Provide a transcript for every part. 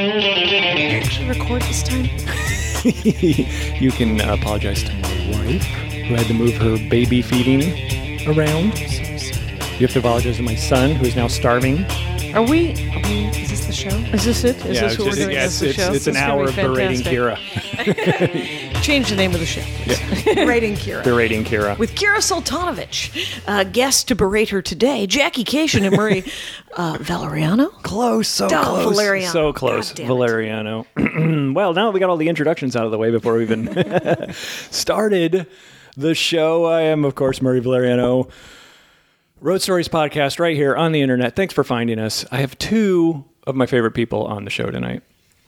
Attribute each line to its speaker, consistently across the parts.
Speaker 1: Actually, record this time.
Speaker 2: you can uh, apologize to my wife, who had to move her baby feeding around. You have to apologize to my son, who is now starving.
Speaker 1: Are we? Are we is this the show? Is this it? Is
Speaker 2: yeah,
Speaker 1: this
Speaker 2: it's
Speaker 1: what
Speaker 2: just-
Speaker 1: we're doing?
Speaker 2: yeah,
Speaker 1: is this
Speaker 2: it's,
Speaker 1: the
Speaker 2: it's-
Speaker 1: show?
Speaker 2: it's an
Speaker 1: This is gonna
Speaker 2: hour
Speaker 1: be
Speaker 2: of berating
Speaker 1: fantastic.
Speaker 2: Kira,
Speaker 1: Change the name of the show. please. Berating Kira.
Speaker 2: berating Kira.
Speaker 1: With Kira Sultanovich, uh, guest to berate her today, Jackie Cation and Marie uh, Valeriano.
Speaker 2: close, so
Speaker 1: Duh,
Speaker 2: close,
Speaker 1: Valeriano.
Speaker 2: so close,
Speaker 1: God damn it.
Speaker 2: Valeriano. well, now that we got all the introductions out of the way before we even started the show, I am of course Murray Valeriano. Road Stories podcast right here on the internet. Thanks for finding us. I have two of my favorite people on the show tonight.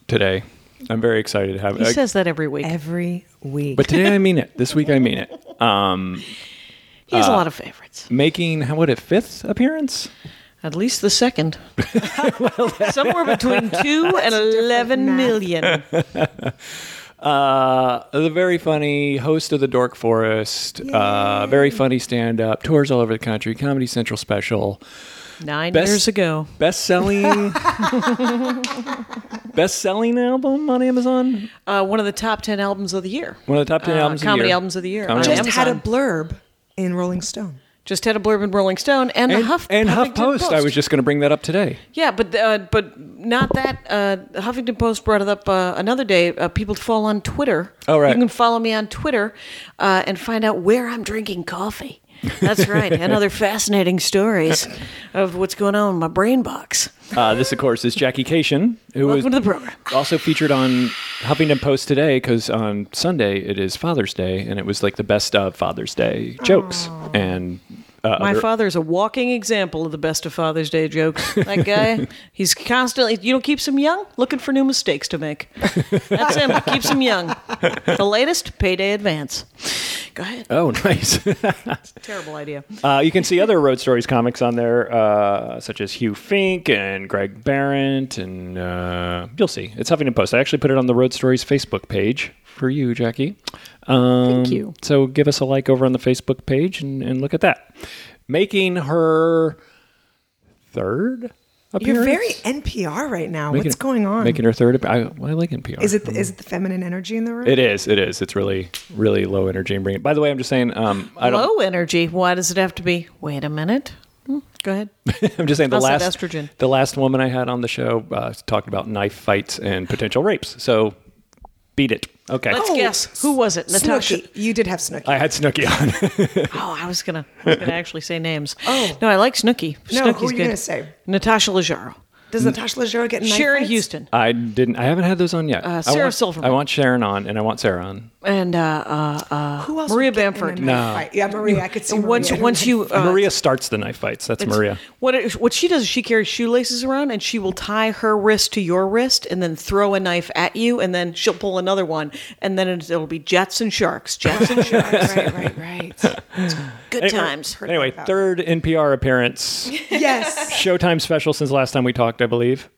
Speaker 2: Today, I'm very excited to have. uh,
Speaker 1: He says that every week.
Speaker 3: every week.
Speaker 2: but today I mean it. This week I mean it.
Speaker 1: He has a lot of favorites.
Speaker 2: Making how would it fifth appearance?
Speaker 1: At least the second. Somewhere between 2 and 11
Speaker 3: math.
Speaker 1: million.
Speaker 2: Uh, the very funny host of the Dork Forest, uh, very funny stand up, tours all over the country, Comedy Central special,
Speaker 1: Nine
Speaker 2: Best-
Speaker 1: years ago.
Speaker 2: best selling, best selling album on Amazon,
Speaker 1: Uh, one of the top 10 albums of the year.
Speaker 2: one of the top ten
Speaker 1: Uh,
Speaker 2: albums,
Speaker 1: comedy
Speaker 2: of the year.
Speaker 1: albums of the year.
Speaker 2: Comedy
Speaker 1: on
Speaker 3: just
Speaker 2: albums.
Speaker 3: had a
Speaker 1: Amazon.
Speaker 3: blurb in Rolling Stone.
Speaker 1: Just had a blurb in Rolling Stone and,
Speaker 2: and,
Speaker 1: the Huff
Speaker 2: and
Speaker 1: Huffington
Speaker 2: HuffPost. I was just going to bring that up today.
Speaker 1: yeah, but uh, but not that. Uh, the Huffington Post brought it up uh, another day. Uh, people to follow on Twitter.
Speaker 2: Oh, right.
Speaker 1: You can follow me on Twitter uh, and find out where I'm drinking coffee. That's right, and other fascinating stories of what's going on in my brain box.
Speaker 2: Uh, this, of course, is Jackie Cation, who was
Speaker 1: Welcome to the program.
Speaker 2: also featured on Huffington Post today because on Sunday it is Father's Day, and it was like the best of Father's Day jokes
Speaker 1: Oh.
Speaker 2: and uh,
Speaker 1: My
Speaker 2: other-
Speaker 1: father's a walking example of the best of Father's Day jokes. That guy, he's constantly, you know, keeps him young, looking for new mistakes to make. That's him, keeps him young. The latest, payday advance. Go ahead.
Speaker 2: Oh, nice.
Speaker 1: Terrible idea.
Speaker 2: Uh, you can see other Road Stories comics on there, uh, such as Hugh Fink and Greg Barrett, and uh, you'll see. It's Huffington Post. I actually put it on the Road Stories Facebook page for you, Jackie. Um, Thank
Speaker 1: you.
Speaker 2: So give us a like over on the Facebook page and, and look at that. Making her third appearance.
Speaker 3: You're very NPR right now.
Speaker 2: Making-
Speaker 3: What's going on?
Speaker 2: Making her third. appe- I, well, I like NPR.
Speaker 3: is it the, is it the feminine energy in the room?
Speaker 2: It is. It is. It's really, really low energy and bring it. By the way, I'm just saying. Um, I don't.
Speaker 1: Low energy. Why does it have to be? Wait a minute. Hmm, Go ahead.
Speaker 2: I'm just saying the
Speaker 1: How's that
Speaker 2: last
Speaker 1: estrogen?
Speaker 2: the last woman I had on the show uh, talked about knife fights and potential rapes. So beat it. Okay.
Speaker 1: Let's
Speaker 3: Oh,
Speaker 1: guess. Who was it? Natasha.
Speaker 3: Snooki. You did have Snooki.
Speaker 2: I had Snooki on.
Speaker 1: Oh, I was gonna, I was gonna actually say names. Oh no, I like Snooki.
Speaker 3: No, who
Speaker 1: Snooki's
Speaker 3: are you
Speaker 1: good.
Speaker 3: gonna say?
Speaker 1: Natasha Leggero,
Speaker 3: Does Natasha Leggero get in knife
Speaker 1: Sharon
Speaker 3: fights?
Speaker 1: Houston,
Speaker 2: I didn't. I haven't had those on yet. I
Speaker 1: Uh, Sarah
Speaker 2: want,
Speaker 1: Silverman.
Speaker 2: I want Sharon on, and I want Sarah on.
Speaker 1: and uh, uh, uh,
Speaker 3: Who else?
Speaker 1: Maria
Speaker 3: would get in a
Speaker 1: Bamford.
Speaker 3: knife fight? Yeah, Maria. I could see.
Speaker 1: once
Speaker 3: Maria.
Speaker 1: once you uh,
Speaker 2: Maria starts the knife fights. That's Maria.
Speaker 1: What it, what she does is she carries shoelaces around and she will tie her wrist to your wrist and then throw a knife at you and then she'll pull another one and then it, it'll be jets and sharks, jets and sharks.
Speaker 3: right, right, right.
Speaker 1: Good
Speaker 2: uh,
Speaker 1: times.
Speaker 2: Anyway, third NPR appearance,
Speaker 3: yes,
Speaker 2: Showtime special since last time we talked, I believe.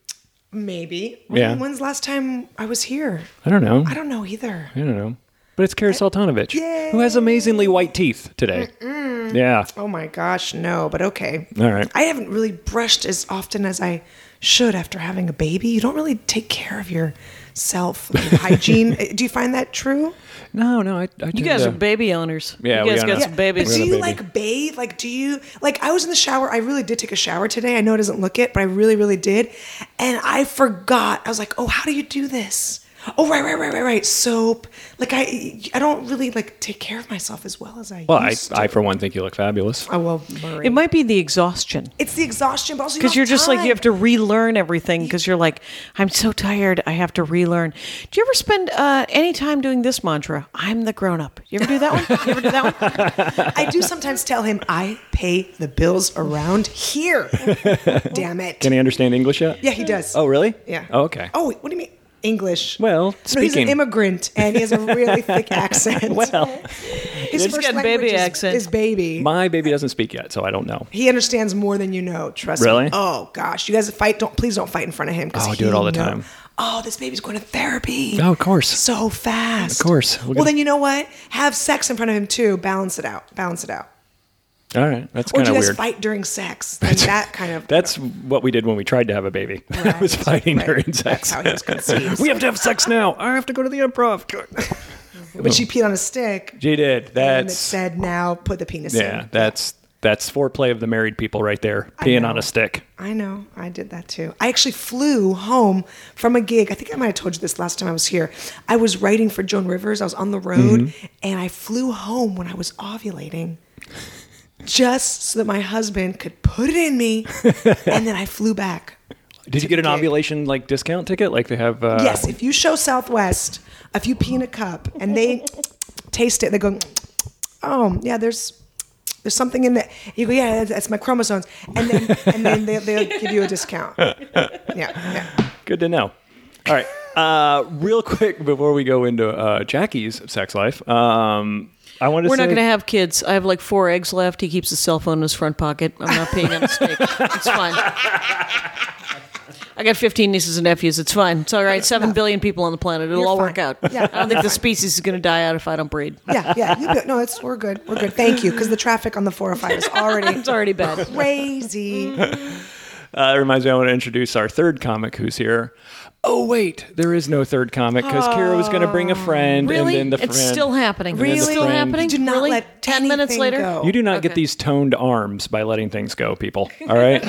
Speaker 3: maybe.
Speaker 2: Yeah.
Speaker 3: When's the last time I was here?
Speaker 2: I don't know.
Speaker 3: I don't know either.
Speaker 2: I don't know. But it's Kara Saltanovich, who has amazingly white teeth today. Yeah.
Speaker 3: Oh my gosh, no, but okay.
Speaker 2: All right.
Speaker 3: I haven't really brushed as often as I should after having a baby. You don't really take care of yourself, like, your hygiene. Uh, Do you find that true?
Speaker 2: No, no. I, I
Speaker 1: You guys are baby owners.
Speaker 2: Yeah, we
Speaker 1: you guys
Speaker 2: are
Speaker 1: got
Speaker 2: not.
Speaker 1: some babies.
Speaker 3: But do
Speaker 2: got a
Speaker 3: you
Speaker 2: baby.
Speaker 3: like bathe? Like, do you like? I was in the shower. I really did take a shower today. I know it doesn't look it, but I really, really did. And I forgot. I was like, oh, how do you do this? Oh, right, right, right, right, right. Soap. Like, I, I don't really like take care of myself as well as I.
Speaker 2: Well, I,
Speaker 3: used to.
Speaker 2: I for one think you look fabulous.
Speaker 3: oh well, Marie.
Speaker 1: It might be the exhaustion.
Speaker 3: it's the exhaustion, but also
Speaker 1: because
Speaker 3: because
Speaker 1: you're just like you have to relearn everything because you're like i'm so tired i have to relearn do you ever spend uh, any time doing this mantra i'm the grown-up you ever do that one you ever do that one
Speaker 3: I do sometimes tell him I pay the bills around here. Damn it.
Speaker 2: Can he understand English yet?
Speaker 3: yeah, he does.
Speaker 2: Oh, really?
Speaker 3: yeah.
Speaker 2: Oh, okay.
Speaker 3: Oh, what do you mean English?
Speaker 2: Well,
Speaker 3: no, he's an
Speaker 2: speaking.
Speaker 3: immigrant and he has a really thick accent.
Speaker 2: Well,
Speaker 3: his first
Speaker 1: got
Speaker 3: language
Speaker 1: baby
Speaker 3: is,
Speaker 1: accent.
Speaker 3: is baby.
Speaker 2: my baby doesn't speak yet, so I don't know.
Speaker 3: he understands more than you know. Trust
Speaker 2: Really?
Speaker 3: me. Oh gosh, you guys fight. Don't please don't fight in front of him. 'cause
Speaker 2: Oh, I do
Speaker 3: he
Speaker 2: it all the
Speaker 3: know-
Speaker 2: time.
Speaker 3: Oh, this baby's going to therapy.
Speaker 2: Oh, of course.
Speaker 3: so fast.
Speaker 2: Of course. We're
Speaker 3: Well,
Speaker 2: gonna-
Speaker 3: then you know what? Have sex in front of him too. Balance it out. Balance it out.
Speaker 2: All right, that's
Speaker 3: Or
Speaker 2: kind
Speaker 3: do
Speaker 2: of
Speaker 3: you guys
Speaker 2: weird.
Speaker 3: fight during sex? Like that kind of.
Speaker 2: That's what we did when we tried to have a baby. I was fighting
Speaker 3: Right.
Speaker 2: during
Speaker 3: That's
Speaker 2: sex.
Speaker 3: how he was conceived.
Speaker 2: We have to have sex now. I have to go to the improv.
Speaker 3: but she peed on a stick.
Speaker 2: She did.
Speaker 3: And it
Speaker 2: That's
Speaker 3: said, now put the penis
Speaker 2: yeah.
Speaker 3: in.
Speaker 2: That's that's foreplay of the married people right there. Peeing
Speaker 3: know.
Speaker 2: on a stick.
Speaker 3: I know. I did that too. I actually flew home from a gig. I think I might have told you this last time I was here. I was writing for Joan Rivers. I was on the road
Speaker 2: Mm-hmm.
Speaker 3: and I flew home when I was ovulating just so that my husband could put it in me. and then I flew back.
Speaker 2: Did you get an
Speaker 3: gig.
Speaker 2: ovulation like discount ticket? Like they have? Uh,
Speaker 3: Yes, if you show Southwest a few peanut cup and they taste it, they go, oh yeah, there's there's something in that. You go, yeah, that's, that's my chromosomes, and then and then they, they'll give you a discount. Yeah, yeah.
Speaker 2: Good to know. All right. Uh, real quick before we go into uh, Jackie's sex life, um, I want to.
Speaker 1: We're
Speaker 2: say,
Speaker 1: not going to have kids. I have like four eggs left. He keeps his cell phone in his front pocket. I'm not peeing on a steak. It's fine. I got 15 nieces and nephews. It's fine. It's all right. Seven billion people on the planet. It'll
Speaker 3: You're
Speaker 1: all
Speaker 3: fine.
Speaker 1: work out.
Speaker 3: Yeah.
Speaker 1: I don't think the species is going to die out if I don't breed.
Speaker 3: Yeah, yeah. You go, no, it's we're good. We're good. Thank you, because the traffic on the 405 is already
Speaker 1: It's already bad.
Speaker 3: crazy.
Speaker 2: Uh, it reminds me, I want to introduce our third comic who's here. Oh wait, there is no third comic because Kira was going to bring a friend,
Speaker 1: Oh, Really?
Speaker 2: and then the friend.
Speaker 1: it's still happening.
Speaker 2: then the
Speaker 1: Mm-hmm. It's still
Speaker 2: friend-
Speaker 1: happening?
Speaker 3: You do not
Speaker 1: really?
Speaker 3: let
Speaker 1: 10 minutes
Speaker 3: anything
Speaker 1: later?
Speaker 3: go.
Speaker 2: You do not get
Speaker 1: Okay.
Speaker 2: these toned arms by letting things go, people. All right.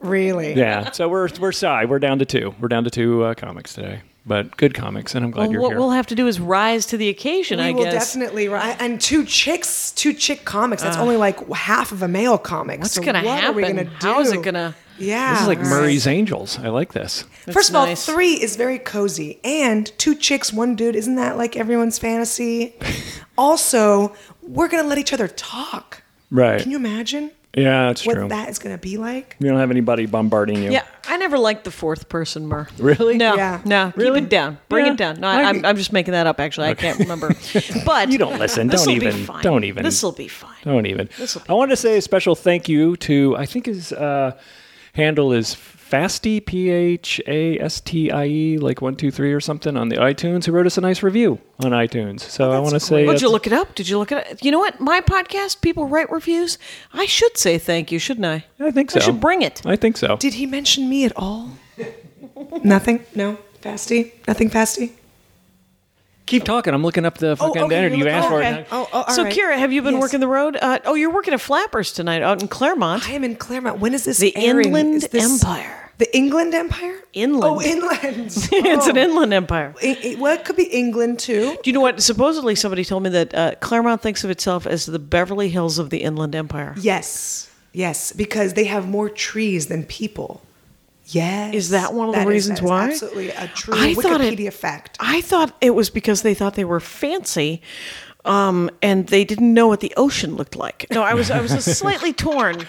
Speaker 3: Really?
Speaker 2: yeah. So we're we're sorry. We're down to two. We're down to two uh, comics today, but good comics, and I'm glad
Speaker 1: Well,
Speaker 2: you're
Speaker 1: what
Speaker 2: here.
Speaker 1: we'll have to do is rise to the occasion,
Speaker 3: We
Speaker 1: I
Speaker 3: will
Speaker 1: guess.
Speaker 3: definitely ri- and two chicks, two chick comics. That's only like half of a male comic.
Speaker 1: Ah. What's
Speaker 3: so
Speaker 1: gonna
Speaker 3: what Are we
Speaker 1: happen?
Speaker 3: gonna do?
Speaker 1: How is it gonna-
Speaker 3: Yeah,
Speaker 2: this is like
Speaker 3: all right.
Speaker 2: Murray's Angels. I like this.
Speaker 3: First of all,
Speaker 1: nice.
Speaker 3: three is very cozy, and two chicks, one dude. Isn't that like everyone's fantasy? also, we're gonna let each other talk.
Speaker 2: Right.
Speaker 3: Can you imagine
Speaker 2: yeah, it's
Speaker 3: what
Speaker 2: true.
Speaker 3: that is gonna be like?
Speaker 2: You don't have anybody bombarding you.
Speaker 1: Yeah, I never liked the fourth person Mur.
Speaker 2: Really?
Speaker 1: No,
Speaker 3: Yeah.
Speaker 1: no.
Speaker 2: Really?
Speaker 1: Keep it down. Bring
Speaker 2: Yeah.
Speaker 1: it down. No, I,
Speaker 2: I-
Speaker 1: I'm, I'm just making that up. Actually, I can't remember. But
Speaker 2: You don't listen. Don't
Speaker 1: this'll be
Speaker 2: even-
Speaker 1: fine.
Speaker 2: don't even.
Speaker 1: This will be fine.
Speaker 2: Don't even.
Speaker 1: This'll be-
Speaker 2: I wanted to say a special thank you to I think his uh, handle is Fasty P H A S T I E like one two three or something on the iTunes who wrote us a nice review on iTunes. So I want to
Speaker 1: Would you
Speaker 2: say that's-
Speaker 1: look it up? Did you look it up? You know what? My podcast, people write reviews. I should say thank you, shouldn't I?
Speaker 2: I think so.
Speaker 1: I should bring it.
Speaker 2: I think so.
Speaker 3: Did he mention me at all? Nothing. No. Fasty. Nothing. Fasty.
Speaker 2: Keep talking. I'm looking up the fucking
Speaker 3: okay,
Speaker 2: dinner.
Speaker 3: you're
Speaker 2: You
Speaker 3: looking-
Speaker 2: asked for
Speaker 3: okay.
Speaker 2: it.
Speaker 3: Oh, oh, all
Speaker 1: so,
Speaker 3: right.
Speaker 1: Kira, have you been
Speaker 3: Yes.
Speaker 1: working the road? Uh, oh, you're working at Flappers tonight out in Claremont.
Speaker 3: I am in Claremont. When is this?
Speaker 1: The
Speaker 3: airing?
Speaker 1: Inland
Speaker 3: Is this-
Speaker 1: Empire.
Speaker 3: The England Empire.
Speaker 1: Inland.
Speaker 3: Oh, inland.
Speaker 1: it's
Speaker 3: Oh.
Speaker 1: an inland empire.
Speaker 3: I- I- well, it could be England too.
Speaker 1: Do you know what? Supposedly, somebody told me that uh, Claremont thinks of itself as the Beverly Hills of the Inland Empire.
Speaker 3: Yes. Yes, because they have more trees than people. Yes.
Speaker 1: Is that one of the
Speaker 3: is-
Speaker 1: reasons
Speaker 3: that is
Speaker 1: why?
Speaker 3: Absolutely a true
Speaker 1: I thought it-
Speaker 3: Wikipedia fact.
Speaker 1: I thought it was because they thought they were fancy, um, and they didn't know what the ocean looked like. No, I was I was slightly torn.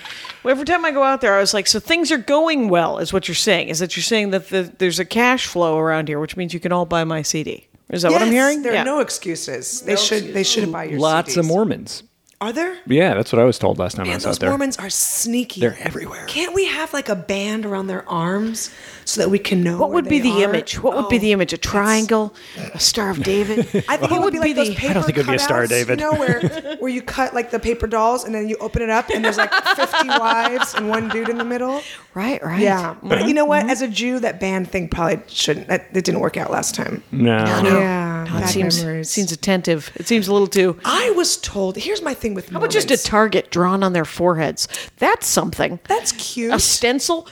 Speaker 1: Every time I go out there, I was like, so things are going well, is what you're saying? Is that you're saying that the, there's a cash flow around here, which means you can all buy my CD? Is that what I'm
Speaker 3: Yes,
Speaker 1: hearing?
Speaker 3: There
Speaker 1: Yeah.
Speaker 3: are no excuses. They should they should buy your
Speaker 2: Lots of
Speaker 3: CDs.
Speaker 2: Mormons.
Speaker 3: Are there?
Speaker 2: Yeah, that's what I was told last time I
Speaker 3: Man,
Speaker 2: was out
Speaker 3: those
Speaker 2: there.
Speaker 3: Mormons are sneaky.
Speaker 2: They're everywhere.
Speaker 3: Can't we have like a band around their arms so that we can know
Speaker 1: What would be
Speaker 3: where
Speaker 1: the
Speaker 3: they are?
Speaker 1: image? What would be
Speaker 3: Oh,
Speaker 1: the image? A
Speaker 3: that's-
Speaker 1: triangle, a Star of David.
Speaker 3: I
Speaker 1: What
Speaker 3: think it would be like those
Speaker 1: the-
Speaker 3: paper
Speaker 2: I don't think it would be a Star
Speaker 3: cutouts,
Speaker 2: David.
Speaker 3: You know where where you cut like the paper dolls and then you open it up and there's like 50 wives and one dude in the middle.
Speaker 1: right, right.
Speaker 3: Yeah, but you know what? As a Jew, that band thing probably shouldn't. That, it didn't work out last time.
Speaker 2: no.
Speaker 1: No,
Speaker 3: Yeah,
Speaker 1: no, it
Speaker 3: bad
Speaker 1: seems
Speaker 3: memories.
Speaker 1: seems attentive. It seems a little too.
Speaker 3: I was told. Here's my thing with
Speaker 1: How about just a target drawn on their foreheads? That's something.
Speaker 3: That's cute.
Speaker 1: a stencil.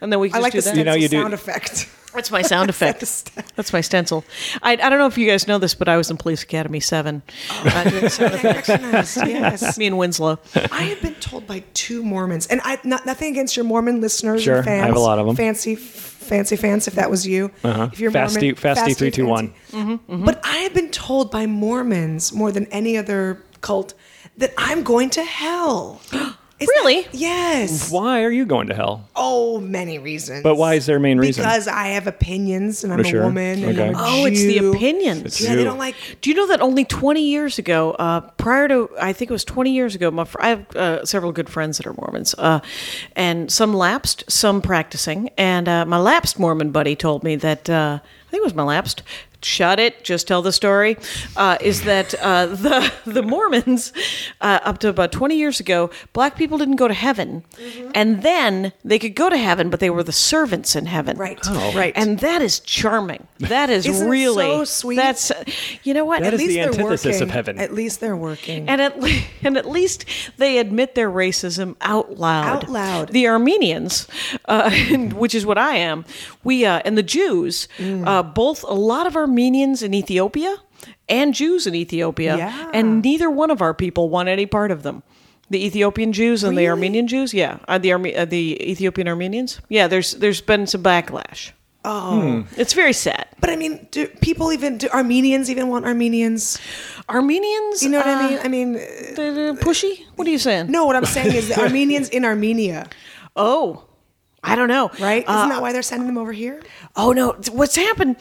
Speaker 1: And then we
Speaker 3: I
Speaker 1: can
Speaker 3: like the
Speaker 1: just do that.
Speaker 2: You
Speaker 3: stencil
Speaker 2: know, you do-
Speaker 3: sound effect.
Speaker 1: That's my sound effect. That's my stencil. I, I don't know if you guys know this, but I was in Police Academy 7.
Speaker 3: Oh.
Speaker 1: Uh, doing sound
Speaker 3: I
Speaker 1: effects.
Speaker 3: recognize, yes.
Speaker 1: Me and Winslow.
Speaker 3: I have been told by two Mormons, and I not, nothing against your Mormon listeners
Speaker 2: Sure, I
Speaker 3: and fans.
Speaker 2: have a lot of 'em.
Speaker 3: Fancy, fancy fans. If that was you, uh-huh. if you're
Speaker 2: Fasty-
Speaker 3: Mormon,
Speaker 2: Fasty 321.
Speaker 3: fancy. Mm-hmm, But I have been told by Mormons more than any other cult that I'm going to hell. Is
Speaker 1: Really?
Speaker 3: That, yes.
Speaker 2: Why are you going to hell?
Speaker 3: Oh, many reasons.
Speaker 2: But why is their main reason?
Speaker 3: Because I have opinions, and I'm
Speaker 2: For sure.
Speaker 3: a woman, and
Speaker 2: Okay.
Speaker 3: I'm a
Speaker 1: Oh, it's the
Speaker 3: Jew.
Speaker 1: opinions.
Speaker 2: It's
Speaker 3: Yeah,
Speaker 2: you.
Speaker 3: they don't like.
Speaker 1: Do you know that only 20 years ago, uh, prior to, I think it was 20 years ago, my fr- I have uh, several good friends that are Mormons, uh, and some lapsed, some practicing. And uh, my lapsed Mormon buddy told me that, uh, I think it was my lapsed, shut it, just tell the story, uh, is that uh, the the Mormons uh, up to about 20 years ago, black people didn't go to heaven,
Speaker 3: Mm-hmm.
Speaker 1: and then they could go to heaven, but they were the servants in heaven.
Speaker 3: Right. Oh. Right.
Speaker 1: And that is charming. That is
Speaker 3: Isn't it
Speaker 1: really
Speaker 3: so sweet?
Speaker 1: That's you know what? At
Speaker 2: That is
Speaker 1: least
Speaker 2: the
Speaker 3: they're
Speaker 2: antithesis
Speaker 3: working.
Speaker 2: of heaven.
Speaker 3: At least they're working.
Speaker 1: and at le- and at least they admit their racism out loud.
Speaker 3: Out loud. Mm-hmm.
Speaker 1: The Armenians, uh, and- which is what I am, we uh, and the Jews,
Speaker 3: Mm.
Speaker 1: uh, both a lot of Armenians in Ethiopia and Jews in Ethiopia,
Speaker 3: Yeah.
Speaker 1: and neither one of our people want any part of them. The Ethiopian Jews and the Armenian Jews, yeah, uh, the Arme- uh, the Ethiopian Armenians, yeah. There's there's been some backlash. Oh, it's very sad.
Speaker 3: but I mean, do people even do Armenians even want Armenians?
Speaker 1: Armenians,
Speaker 3: You know what
Speaker 1: uh,
Speaker 3: I mean? I mean, uh,
Speaker 1: they're pushy. What are you saying?
Speaker 3: no. What I'm saying is the Armenians in Armenia,
Speaker 1: Oh, I don't know.
Speaker 3: right?
Speaker 1: Uh,
Speaker 3: Isn't that why they're sending them over here?
Speaker 1: oh no, what's happened?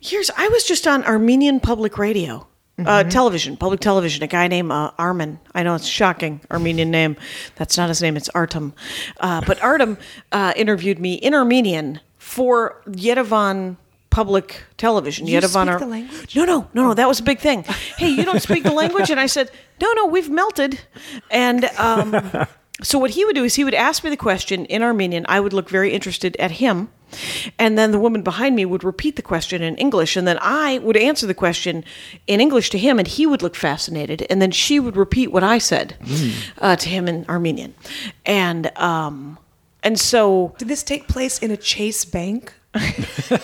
Speaker 1: Here's I was just on Armenian public radio, uh,
Speaker 3: Mm-hmm.
Speaker 1: television, public television. A guy named uh, Armin. I know it's shocking Armenian name. That's not his name. It's Artem. Uh, but Artem uh, interviewed me in Armenian for Yerevan public television.
Speaker 3: You
Speaker 1: Yerevan.
Speaker 3: speak
Speaker 1: Ar-
Speaker 3: the language?
Speaker 1: No, no, no, no. That was a big thing. Hey, you don't speak the language, and I said, no, no, we've melted, and. Um, So what he would do is he would ask me the question in Armenian. I would look very interested at him, and then the woman behind me would repeat the question in English, and then I would answer the question in English to him, and he would look fascinated, and then she would repeat what I said uh, to him in Armenian, and um, and so
Speaker 3: Did this take place in a Chase bank? Because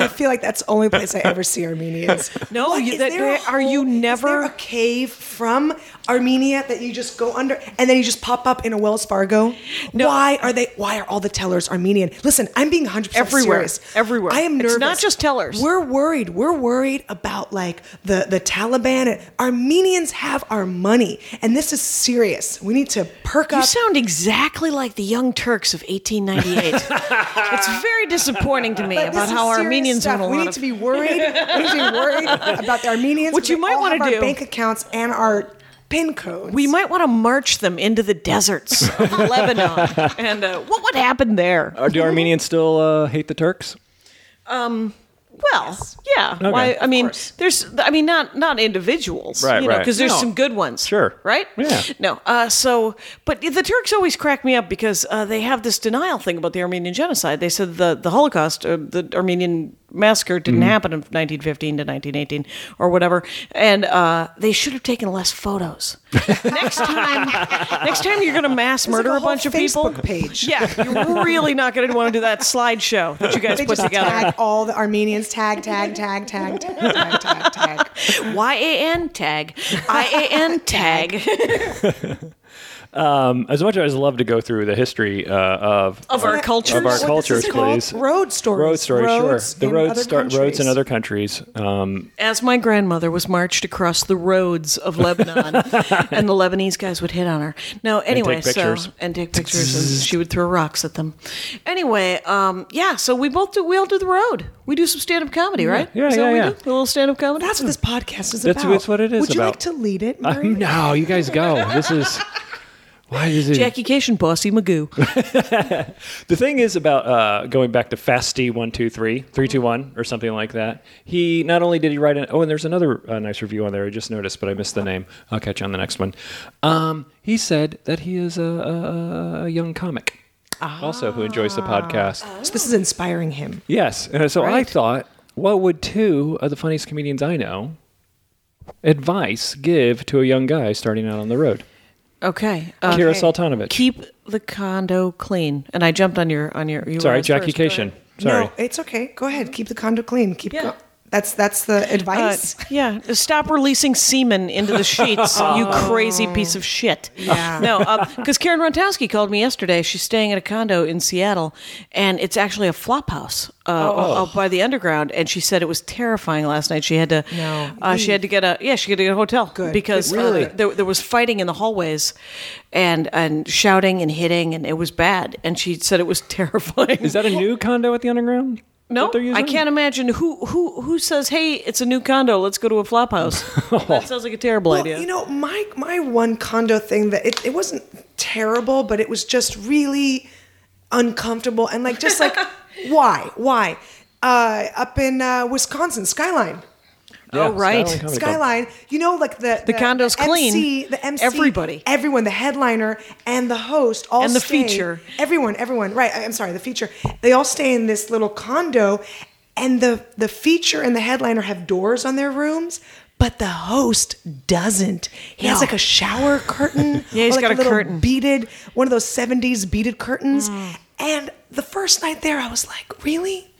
Speaker 3: I feel like that's the only place I ever see Armenians.
Speaker 1: No, you-
Speaker 3: is
Speaker 1: that-
Speaker 3: there a
Speaker 1: are you
Speaker 3: hole- is
Speaker 1: never-
Speaker 3: there a cave from Armenia that you just go under and then you just pop up in a Wells Fargo?
Speaker 1: No.
Speaker 3: Why are they? Why are all the tellers Armenian? Listen, I'm being 100 percent
Speaker 1: Everywhere.
Speaker 3: serious.
Speaker 1: Everywhere.
Speaker 3: I am
Speaker 1: It's
Speaker 3: nervous.
Speaker 1: not just tellers.
Speaker 3: We're worried. We're worried about like the the Taliban. Armenians have our money, and this is serious. We need to perk
Speaker 1: You
Speaker 3: up.
Speaker 1: sound exactly like the Young Turks of 1898. it's very disappointing to me
Speaker 3: But this
Speaker 1: about
Speaker 3: is
Speaker 1: how
Speaker 3: serious
Speaker 1: Armenians
Speaker 3: stuff.
Speaker 1: have a
Speaker 3: We
Speaker 1: lot
Speaker 3: need
Speaker 1: of-
Speaker 3: to be worried. we need to be worried about the Armenians.
Speaker 1: What
Speaker 3: because
Speaker 1: you
Speaker 3: they
Speaker 1: might
Speaker 3: all
Speaker 1: wanna
Speaker 3: have our
Speaker 1: do-
Speaker 3: bank accounts and our pin codes.
Speaker 1: we might want to march them into the deserts of Lebanon. And uh, what would happen there?
Speaker 2: Or do Armenians still uh, hate the Turks?
Speaker 1: Well, yeah. Why? I mean,
Speaker 3: course.
Speaker 1: there's. I mean, not not individuals,
Speaker 2: Right,
Speaker 1: you know,
Speaker 2: right.
Speaker 1: because there's
Speaker 2: No.
Speaker 1: some good ones,
Speaker 2: Sure.
Speaker 1: right?
Speaker 2: Yeah.
Speaker 1: No. Uh, so, but the Turks always crack me up because uh, they have this denial thing about the Armenian genocide. They said the the Holocaust, uh, the Armenian massacre, didn't
Speaker 3: Mm-hmm.
Speaker 1: happen in 1915 to 1918 or whatever, and uh, they should have taken less photos. next time, next time you're going to mass
Speaker 3: There's like
Speaker 1: murder
Speaker 3: a
Speaker 1: a, bunch
Speaker 3: whole
Speaker 1: of people.
Speaker 3: Facebook page.
Speaker 1: Yeah, you're really not going to want to do that slideshow that you guys
Speaker 3: They
Speaker 1: put
Speaker 3: just
Speaker 1: together.
Speaker 3: tag all the Armenians. Tag, tag, tag, tag, tag, tag, tag, tag.
Speaker 1: Y A N tag. I A N tag.
Speaker 2: As much as I love to go through the history uh, of
Speaker 1: Of our cultures.
Speaker 2: of our
Speaker 1: What is
Speaker 2: cultures,
Speaker 3: this called?
Speaker 2: please.
Speaker 3: Road stories.
Speaker 2: Road stories,
Speaker 3: Roads
Speaker 2: sure. The
Speaker 3: in
Speaker 2: roads
Speaker 3: other
Speaker 2: start roads in
Speaker 3: countries.
Speaker 2: other countries. Um,
Speaker 1: As my grandmother was marched across the roads of Lebanon, and the Lebanese guys would hit on her. No, anyway,
Speaker 2: take
Speaker 1: so
Speaker 2: pictures.
Speaker 1: and take pictures, and she would throw rocks at them. Anyway, um, yeah. So we both do. We all do the road. We do some stand up comedy, right?
Speaker 2: Yeah,
Speaker 1: Is that
Speaker 2: yeah,
Speaker 1: what we
Speaker 2: yeah.
Speaker 1: do? A little stand up comedy.
Speaker 3: That's what this podcast is
Speaker 2: Hmm. That's-
Speaker 3: about.
Speaker 2: that's what it is
Speaker 3: Would you
Speaker 2: about.
Speaker 3: like to lead it,
Speaker 2: uh,
Speaker 3: Marie?
Speaker 2: no, you guys go. This is why is it?
Speaker 1: Jackie Cation, Bossy Magoo.
Speaker 2: The thing is about uh, going back to Fasti one two three three two one or something like that. He not only did he write an oh, and there's another uh, nice review on there. I just noticed, but I missed the name. I'll catch you on the next one. Um, he said that he is a, a, a young comic,
Speaker 3: Ah.
Speaker 2: also who enjoys the podcast.
Speaker 3: So this is inspiring him.
Speaker 2: Yes. And so I
Speaker 1: Right.
Speaker 2: thought, what would two of the funniest comedians I know advice give to a young guy starting out on the road?
Speaker 1: Okay. Uh,
Speaker 2: Kira Sultanovich.
Speaker 1: keep the condo clean. And I jumped on your on your. You were
Speaker 2: Sorry,
Speaker 1: on
Speaker 2: Jackie
Speaker 1: first. Go
Speaker 2: Cation.
Speaker 1: ahead.
Speaker 2: Sorry.
Speaker 3: No, it's okay. Go ahead. Keep the condo clean. Keep.
Speaker 1: Yeah.
Speaker 3: Go- that's that's the
Speaker 1: Uh,
Speaker 3: advice.
Speaker 1: yeah, stop releasing semen into the sheets, you crazy piece of shit.
Speaker 3: Yeah.
Speaker 1: No, because Karen Rontowski called me yesterday. She's staying at a condo in Seattle, and it's actually a flop house uh,
Speaker 3: Oh.
Speaker 1: up by the underground. And she said it was terrifying last night. She had to,
Speaker 3: No.
Speaker 1: uh, she had to get a yeah, she had to get a hotel
Speaker 3: Good.
Speaker 1: because
Speaker 3: Good. Really?
Speaker 1: uh, there, there was fighting in the hallways, and and shouting and hitting, and it was bad. And she said it was terrifying.
Speaker 2: Is that a new condo at the underground?
Speaker 1: No,
Speaker 2: that they're
Speaker 1: I
Speaker 2: using?
Speaker 1: can't imagine who who who says, "Hey, it's a new condo. Let's go to a flop house." that sounds like a terrible
Speaker 3: Oh. Well,
Speaker 1: idea.
Speaker 3: you know, my my one condo thing that it, it wasn't terrible, but it was just really uncomfortable and like just like why why. uh, up in uh, Wisconsin, Skyline.
Speaker 1: Oh, right.
Speaker 2: Skyline Comedy Club.
Speaker 3: Skyline, you know, like the
Speaker 1: The condo's clean.
Speaker 3: MC, the MC,
Speaker 1: Everybody.
Speaker 3: everyone, the headliner and the host, all
Speaker 1: And the
Speaker 3: stay-
Speaker 1: feature.
Speaker 3: everyone, everyone. Right, I- I'm sorry, the feature. They all stay in this little condo, and the the feature and the headliner have doors on their rooms. But the host doesn't. He has
Speaker 1: No.
Speaker 3: like a shower curtain.
Speaker 1: Yeah, he's
Speaker 3: or like
Speaker 1: got a
Speaker 3: little
Speaker 1: curtain. Mm.
Speaker 3: beaded, one of those 70s beaded curtains. And the first night there, I was like, really?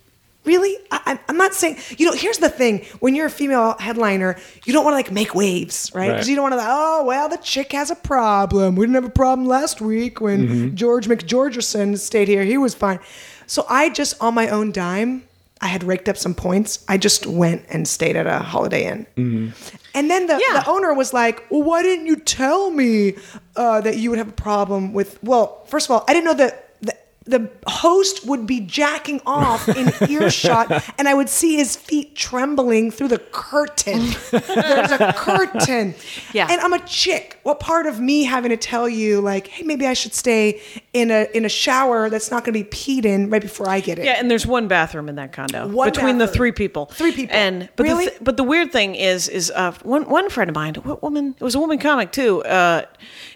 Speaker 3: Really? I, I'm- I'm not saying, you know, here's the thing. When you're a female headliner, you don't want to like make waves, right?
Speaker 2: Right.
Speaker 3: Because you don't want to, like, oh, well, the chick has a problem. We didn't have a problem last week when George McGeorgerson stayed here. He was fine. So I just, on my own dime, I had raked up some points. I just went and stayed at a Holiday Inn. And then the,
Speaker 1: Yeah.
Speaker 3: the owner was like, well, why didn't you tell me uh, that you would have a problem with? Well, first of all, I didn't know that the, the host would be jacking off in earshot and I would see his feet trembling through the curtain. There's a curtain.
Speaker 1: Yeah.
Speaker 3: And I'm a chick. What part of me having to tell you, like, hey, maybe I should stay in a, in a shower that's not going to be peed in right before I get it?
Speaker 1: Yeah, and there's one bathroom in that condo
Speaker 3: One
Speaker 1: between the
Speaker 3: bathroom.
Speaker 1: three people.
Speaker 3: Three people.
Speaker 1: And but
Speaker 3: Really?
Speaker 1: the th- but the weird thing is is uh one one friend of mine, what woman? It was a woman comic too. Uh,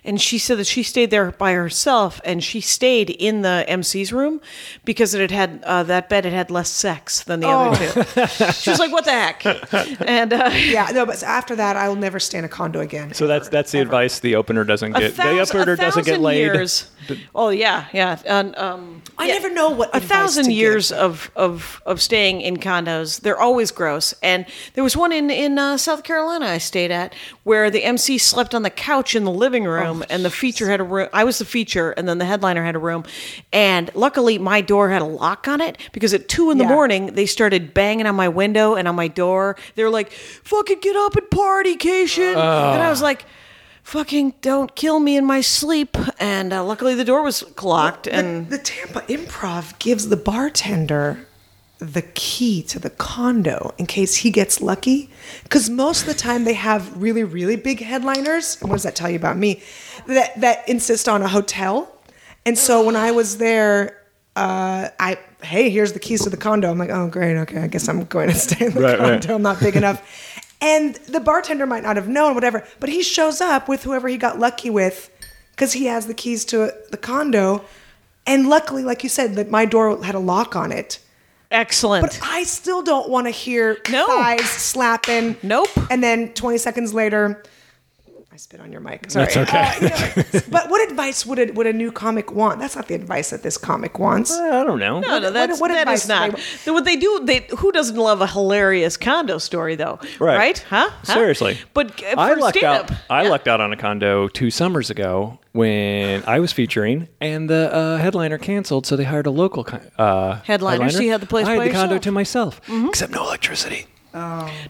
Speaker 1: and she said that she stayed there by herself, and she stayed in the MC's room because it had had uh, that bed had had less sex than the
Speaker 3: Oh.
Speaker 1: other two. she was like, "What the heck?" And uh,
Speaker 3: Yeah, no, but after that, I will never stay in a condo again.
Speaker 2: So that's that's the advice the opener doesn't
Speaker 1: a
Speaker 2: get. the
Speaker 1: thousand-
Speaker 2: opener
Speaker 1: a
Speaker 2: doesn't get
Speaker 1: thousand
Speaker 2: laid.
Speaker 1: Years. Oh yeah, yeah. And, um,
Speaker 3: I
Speaker 1: yeah.
Speaker 3: never know what
Speaker 1: a
Speaker 3: advice
Speaker 1: thousand
Speaker 3: to give.
Speaker 1: years of of of staying in condos. They're always gross. And there was one in in uh, South Carolina I stayed at where the MC slept on the couch in the living
Speaker 3: Oh,
Speaker 1: room, and the feature had a room. I was the feature, and then the headliner had a room. And luckily, my door had a lock on it because at two in the
Speaker 3: Yeah.
Speaker 1: morning they started banging on my window and on my door. They were like, "Fucking get up and party, Cation," and I was like. Fucking don't kill me in my sleep. And uh, luckily the door was locked. And
Speaker 3: the Tampa Improv gives the bartender the key to the condo in case he gets lucky because most of the time they have really really big headliners and what does that tell you about me that that insist on a hotel and so when i was there uh, i hey here's the keys to the condo i'm like oh great okay i guess i'm going to stay in the
Speaker 2: Right,
Speaker 3: condo
Speaker 2: right.
Speaker 3: I'm not big enough. And the bartender might not have known, whatever, but he shows up with whoever he got lucky with because he has the keys to the condo. And luckily, like you said, that my door had a lock on it.
Speaker 1: Excellent.
Speaker 3: But I still don't want to hear
Speaker 1: No.
Speaker 3: thighs slapping.
Speaker 1: Nope.
Speaker 3: And then 20 seconds later, I spit on your mic. Sorry.
Speaker 2: That's okay.
Speaker 3: Uh, yeah. but what advice would a, would a new comic want? That's not the advice that this comic wants.
Speaker 2: I don't know.
Speaker 1: No, no, that's,
Speaker 3: what
Speaker 1: that
Speaker 3: advice
Speaker 1: is
Speaker 3: do they
Speaker 1: not.
Speaker 3: want?
Speaker 1: Then what they do, they who doesn't love a hilarious condo story though,
Speaker 2: Right.
Speaker 1: right? Huh? Huh?
Speaker 2: Seriously.
Speaker 1: But uh, for
Speaker 2: I lucked
Speaker 1: stand-up,
Speaker 2: out. I
Speaker 1: yeah.
Speaker 2: lucked out on a condo two summers ago when I was featuring, and the uh, headliner canceled, so they hired a local co- uh,
Speaker 1: Headliner, so you had the place
Speaker 2: I had
Speaker 1: by Mm-hmm.
Speaker 2: the condo
Speaker 1: yourself.
Speaker 2: to myself, except no electricity.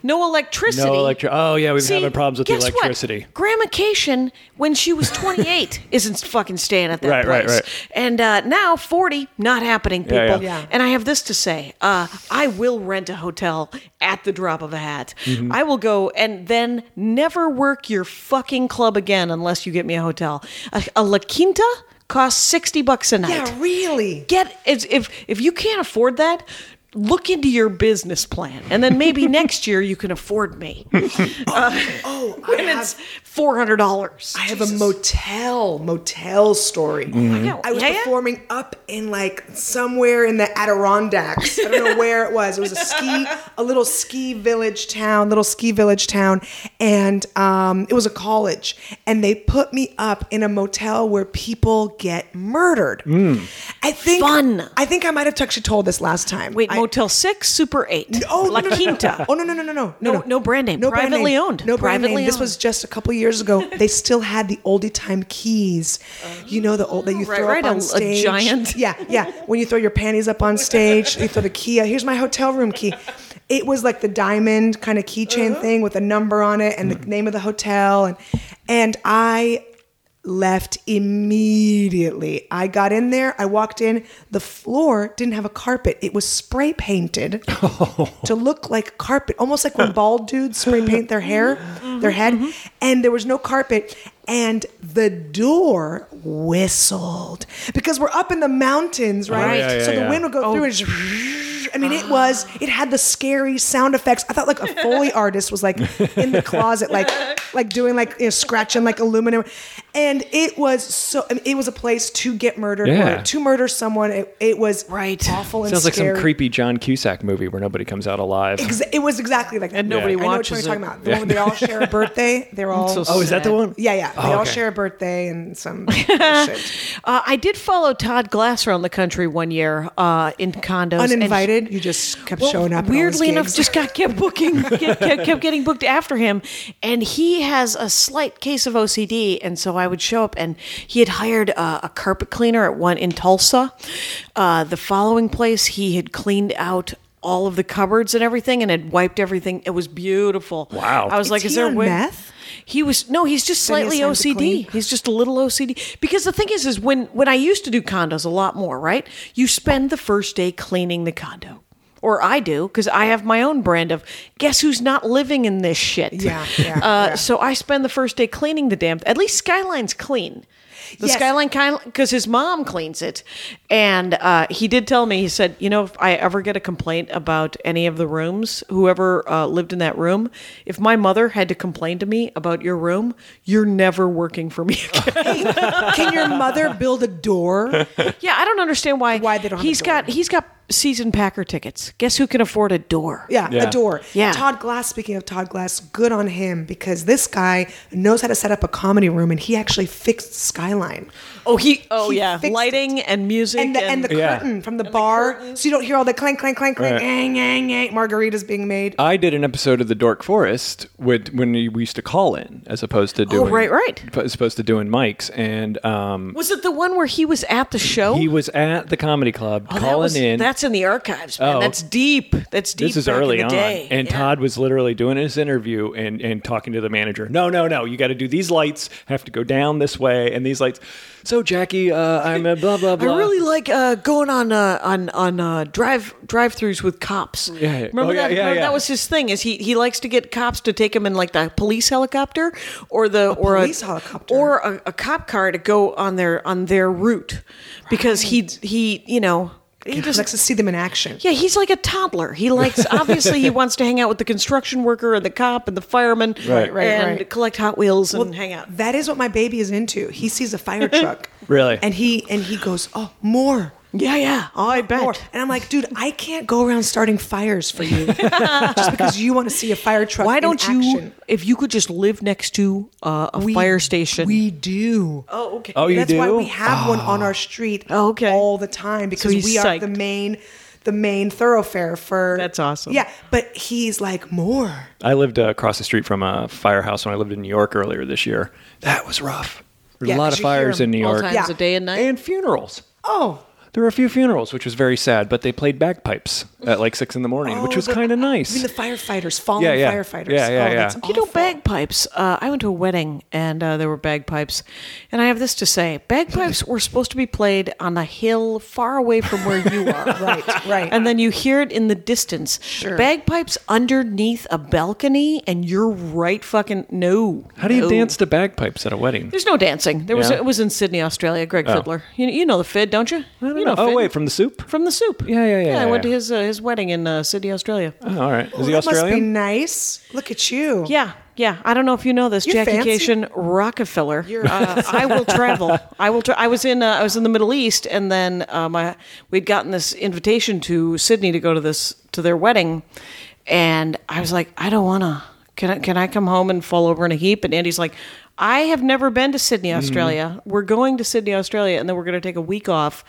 Speaker 1: No electricity.
Speaker 2: No electric. Oh yeah, we've been
Speaker 1: See,
Speaker 2: having problems with the
Speaker 1: guess what?
Speaker 2: electricity.
Speaker 1: Grandma Cation, when she was 28, isn't fucking staying at that
Speaker 2: Right, right,
Speaker 1: place.
Speaker 2: right.
Speaker 1: And uh, now 40, not happening, people.
Speaker 2: Yeah, yeah.
Speaker 3: Yeah.
Speaker 1: And I have this to say: uh, I will rent a hotel at the drop of a hat.
Speaker 2: Mm-hmm.
Speaker 1: I will go and then never work your fucking club again unless you get me a hotel. A, a La Quinta costs 60 bucks a night
Speaker 3: Yeah, really.
Speaker 1: get if if, if you can't afford that look into your business plan and then maybe next year you can afford me
Speaker 3: Oh, I
Speaker 1: and
Speaker 3: have-
Speaker 1: it's $400
Speaker 3: I have a motel motel story.
Speaker 2: Mm-hmm.
Speaker 1: God.
Speaker 3: I was
Speaker 1: Yeah, yeah?
Speaker 3: performing up in like somewhere in the Adirondacks. I don't know where it was. It was a ski, a little ski village town, little ski village town, and um, it was a college. And they put me up in a motel where people get murdered. I think
Speaker 1: Hmm. Fun.
Speaker 3: I think I might have actually told this last time.
Speaker 1: wait
Speaker 3: I-
Speaker 1: motel 6 super 8
Speaker 3: Oh,
Speaker 1: la
Speaker 3: no, no, no, no, no.
Speaker 1: quinta
Speaker 3: Oh no no no no no
Speaker 1: No- no brand name.
Speaker 3: brand
Speaker 1: Privately
Speaker 3: name.
Speaker 1: owned.
Speaker 3: No brand
Speaker 1: Privately
Speaker 3: name. This
Speaker 1: owned.
Speaker 3: was just a couple years ago. they still had the oldie time keys. You know the old that you
Speaker 1: Right,
Speaker 3: throw
Speaker 1: right,
Speaker 3: up
Speaker 1: a-
Speaker 3: on
Speaker 1: a
Speaker 3: stage.
Speaker 1: giant.
Speaker 3: Yeah, yeah. When you throw your panties up on stage, you throw the key. out. Here's my hotel room key. It was like the diamond kind of keychain
Speaker 1: Uh-huh.
Speaker 3: thing with a number on it
Speaker 1: Mm.
Speaker 3: and the name of the hotel and and I left immediately. I got in there, I walked in, the floor didn't have a carpet. It was spray painted to look like carpet, almost like when bald dudes spray paint their hair, their head,
Speaker 2: Mm-hmm,
Speaker 3: and there was no carpet. And the door whistled because we're up in the mountains, right?
Speaker 1: Right.
Speaker 2: yeah,
Speaker 3: so
Speaker 2: Oh, yeah,
Speaker 3: the
Speaker 2: yeah.
Speaker 3: wind would go
Speaker 1: Oh.
Speaker 3: through and, just, I mean, it was. It had the scary sound effects. I thought like a foley artist was like in the closet, like like doing like you know, scratching like aluminum, and it was so. I mean, it was a place to get murdered
Speaker 2: Yeah.
Speaker 3: or to murder someone. It, it was
Speaker 1: Right.
Speaker 3: awful and
Speaker 2: Sounds like
Speaker 3: scary.
Speaker 2: some creepy John Cusack movie where nobody comes out alive.
Speaker 3: Exa- it was exactly like that.
Speaker 1: And nobody
Speaker 3: I know which
Speaker 1: watches
Speaker 3: one
Speaker 1: it.
Speaker 3: you're talking about. The one where they all share a birthday. They're all.
Speaker 1: so
Speaker 2: oh, is that the
Speaker 1: Sad.
Speaker 2: one?
Speaker 3: yeah, yeah. They
Speaker 2: Oh,
Speaker 3: all
Speaker 2: okay.
Speaker 3: share a birthday and some shit.
Speaker 1: Uh, I did follow Todd Glass around the country one year uh, in condos. and he-
Speaker 3: Uninvited, you just kept
Speaker 1: Well,
Speaker 3: showing up. at all
Speaker 1: Weirdly
Speaker 3: these
Speaker 1: enough,
Speaker 3: gigs.
Speaker 1: just got kept booking, kept, kept, kept getting booked after him, and he has a slight case of OCD, and so I would show up, and he had hired uh, a carpet cleaner at one in Tulsa. Uh, the following place, he had cleaned out all of the cupboards and everything, and had wiped everything. It was beautiful.
Speaker 2: Wow.
Speaker 1: I was
Speaker 2: Is
Speaker 1: like, is
Speaker 3: he
Speaker 1: there
Speaker 3: on
Speaker 1: a way?
Speaker 3: meth?
Speaker 1: He was no, he's just
Speaker 3: Then he
Speaker 1: slightly
Speaker 3: assigned to clean?
Speaker 1: OCD. He's just a little OCD because the thing is, is when when I used to do condos a lot more, right? You spend the first day cleaning the condo, or I do because I have my own brand of guess who's not living in this shit.
Speaker 3: Yeah, yeah,
Speaker 1: uh,
Speaker 3: yeah.
Speaker 1: So I spend the first day cleaning the damn. At least Skyline's clean. The
Speaker 3: Yes.
Speaker 1: skyline kind because his mom cleans it, and uh, he did tell me. He said, "You know, if I ever get a complaint about any of the rooms, whoever uh, lived in that room, if my mother had to complain to me about your room, you're never working for me again."
Speaker 3: Can your mother build a door?
Speaker 1: Yeah, I don't understand why.
Speaker 3: Why they don't have a
Speaker 1: He's
Speaker 3: door.
Speaker 1: got he's got season Packer tickets. Guess who can afford a door?
Speaker 3: Yeah,
Speaker 2: Yeah.
Speaker 3: a door.
Speaker 1: Yeah.
Speaker 3: Todd Glass, speaking of Todd Glass, good on him because this guy knows how to set up a comedy room and he actually fixed Skyline.
Speaker 1: Oh, he. Oh,
Speaker 3: He
Speaker 1: yeah.
Speaker 3: fixed
Speaker 1: Lighting and music
Speaker 3: And the, and the
Speaker 2: Yeah.
Speaker 3: curtain from the bar. so you don't hear all the clank, clank, clank, clank,
Speaker 2: Right.
Speaker 3: ang, ang, ang, margaritas being made.
Speaker 1: Oh,
Speaker 2: I did an episode of the Dork Forest with, when we used to call in, as opposed to doing
Speaker 1: Oh, right, right.
Speaker 2: as opposed to doing mics, and um,
Speaker 1: was it the one where he was at the show?
Speaker 2: he was at the comedy club
Speaker 1: Oh, that
Speaker 2: calling
Speaker 1: was-
Speaker 2: in.
Speaker 1: That's in the archives, man.
Speaker 2: Oh.
Speaker 1: That's deep. That's deep.
Speaker 2: this is
Speaker 1: back in
Speaker 2: early
Speaker 1: the
Speaker 2: on,
Speaker 1: day.
Speaker 2: and
Speaker 1: Yeah.
Speaker 2: Todd was literally doing his interview and and talking to the manager. No, no, no, you got to do these lights. Have to go down this way, and these lights. So Jackie, uh, I'm a blah blah
Speaker 1: I
Speaker 2: blah.
Speaker 1: really like uh, going on uh, on on uh, drive drive-throughs with cops.
Speaker 2: Yeah, yeah.
Speaker 1: remember
Speaker 2: Oh, yeah,
Speaker 1: that?
Speaker 2: yeah,
Speaker 1: remember
Speaker 2: yeah.
Speaker 1: That was his thing. Is he he likes to get cops to take him in like the police helicopter or the or
Speaker 3: police
Speaker 1: a
Speaker 3: helicopter.
Speaker 1: or a, a cop car to go on their on their route because he he you know he
Speaker 3: He
Speaker 1: just
Speaker 3: likes to see them in action.
Speaker 1: Yeah, he's like a toddler. He likes obviously he wants to hang out with the construction worker and the cop and the fireman
Speaker 2: Right,
Speaker 3: right,
Speaker 1: and
Speaker 3: right.
Speaker 1: collect Hot Wheels and hang out.
Speaker 3: That is what my baby is into. He sees a fire truck.
Speaker 2: Really?
Speaker 3: And he and he goes, Oh, more.
Speaker 1: Yeah, yeah. Oh, I bet.
Speaker 3: More. And I'm like, dude, I can't go around starting fires for you just because you want to see a fire truck.
Speaker 1: Why
Speaker 3: in
Speaker 1: don't you
Speaker 3: action.
Speaker 1: if you could just live next to uh, a
Speaker 3: We-
Speaker 1: fire station?
Speaker 3: We do.
Speaker 1: oh, okay.
Speaker 2: Oh, you
Speaker 3: That's
Speaker 2: do. Ah.
Speaker 3: why we have one on our street
Speaker 1: Oh, okay.
Speaker 3: all the time because
Speaker 1: he's
Speaker 3: we are
Speaker 1: psyched.
Speaker 3: the main the main thoroughfare for
Speaker 1: That's awesome.
Speaker 3: Yeah, but he's like more.
Speaker 2: I lived uh, across the street from a firehouse when I lived in New York earlier this year. That was rough. There's a
Speaker 3: Yeah,
Speaker 2: lot
Speaker 3: 'cause
Speaker 2: of
Speaker 3: you hear
Speaker 2: fires
Speaker 3: 'em
Speaker 2: in New
Speaker 1: all
Speaker 2: York
Speaker 1: times
Speaker 3: Yeah.
Speaker 1: of day and night.
Speaker 2: and funerals.
Speaker 3: Oh,
Speaker 2: There were a few funerals, which was very sad, but they played bagpipes at like six in the morning, which
Speaker 3: Oh,
Speaker 2: was
Speaker 3: the-
Speaker 2: kind of
Speaker 3: I mean
Speaker 2: nice.
Speaker 3: the firefighters, fallen
Speaker 2: Yeah, yeah.
Speaker 3: firefighters.
Speaker 2: Yeah, yeah,
Speaker 3: oh, That's
Speaker 2: yeah.
Speaker 1: you know
Speaker 3: awful.
Speaker 1: bagpipes. Uh, I went to a wedding and uh, there were bagpipes, and I have this to say: bagpipes were supposed to be played on a hill far away from where you are.
Speaker 3: right, right.
Speaker 1: and then you hear it in the distance.
Speaker 3: Sure.
Speaker 1: Bagpipes underneath a balcony, and you're right fucking no.
Speaker 2: How do you
Speaker 1: no.
Speaker 2: dance to bagpipes at a wedding?
Speaker 1: There's no dancing. There was
Speaker 2: Yeah.
Speaker 1: it was in Sydney, Australia. Greg Fiddler. You, you know the Fid, don't you? I you know.
Speaker 2: oh
Speaker 1: Fid.
Speaker 2: wait, from the soup.
Speaker 1: from the soup.
Speaker 2: Yeah, yeah, yeah,
Speaker 1: I
Speaker 2: yeah,
Speaker 1: went
Speaker 2: yeah.
Speaker 1: to his uh, his wedding in uh, Sydney, Australia.
Speaker 2: Oh, all right, is he
Speaker 3: that must be
Speaker 2: Australian?
Speaker 3: nice. Look at you.
Speaker 1: Yeah, yeah. I don't know if you know this,
Speaker 3: You're
Speaker 1: Jackie
Speaker 3: fancy.
Speaker 1: Cation Rockefeller. Uh, I will travel. I will. Tra- I was in. Uh, I was in the Middle East, and then um, I, we'd gotten this invitation to Sydney to go to this to their wedding, and I was like, I don't wanna. Can I? Can I come home and fall over in a heap? And Andy's like. I have never been to
Speaker 3: Mm-hmm.
Speaker 1: Sydney, Australia. We're going to Sydney, Australia, and then we're going to take a week off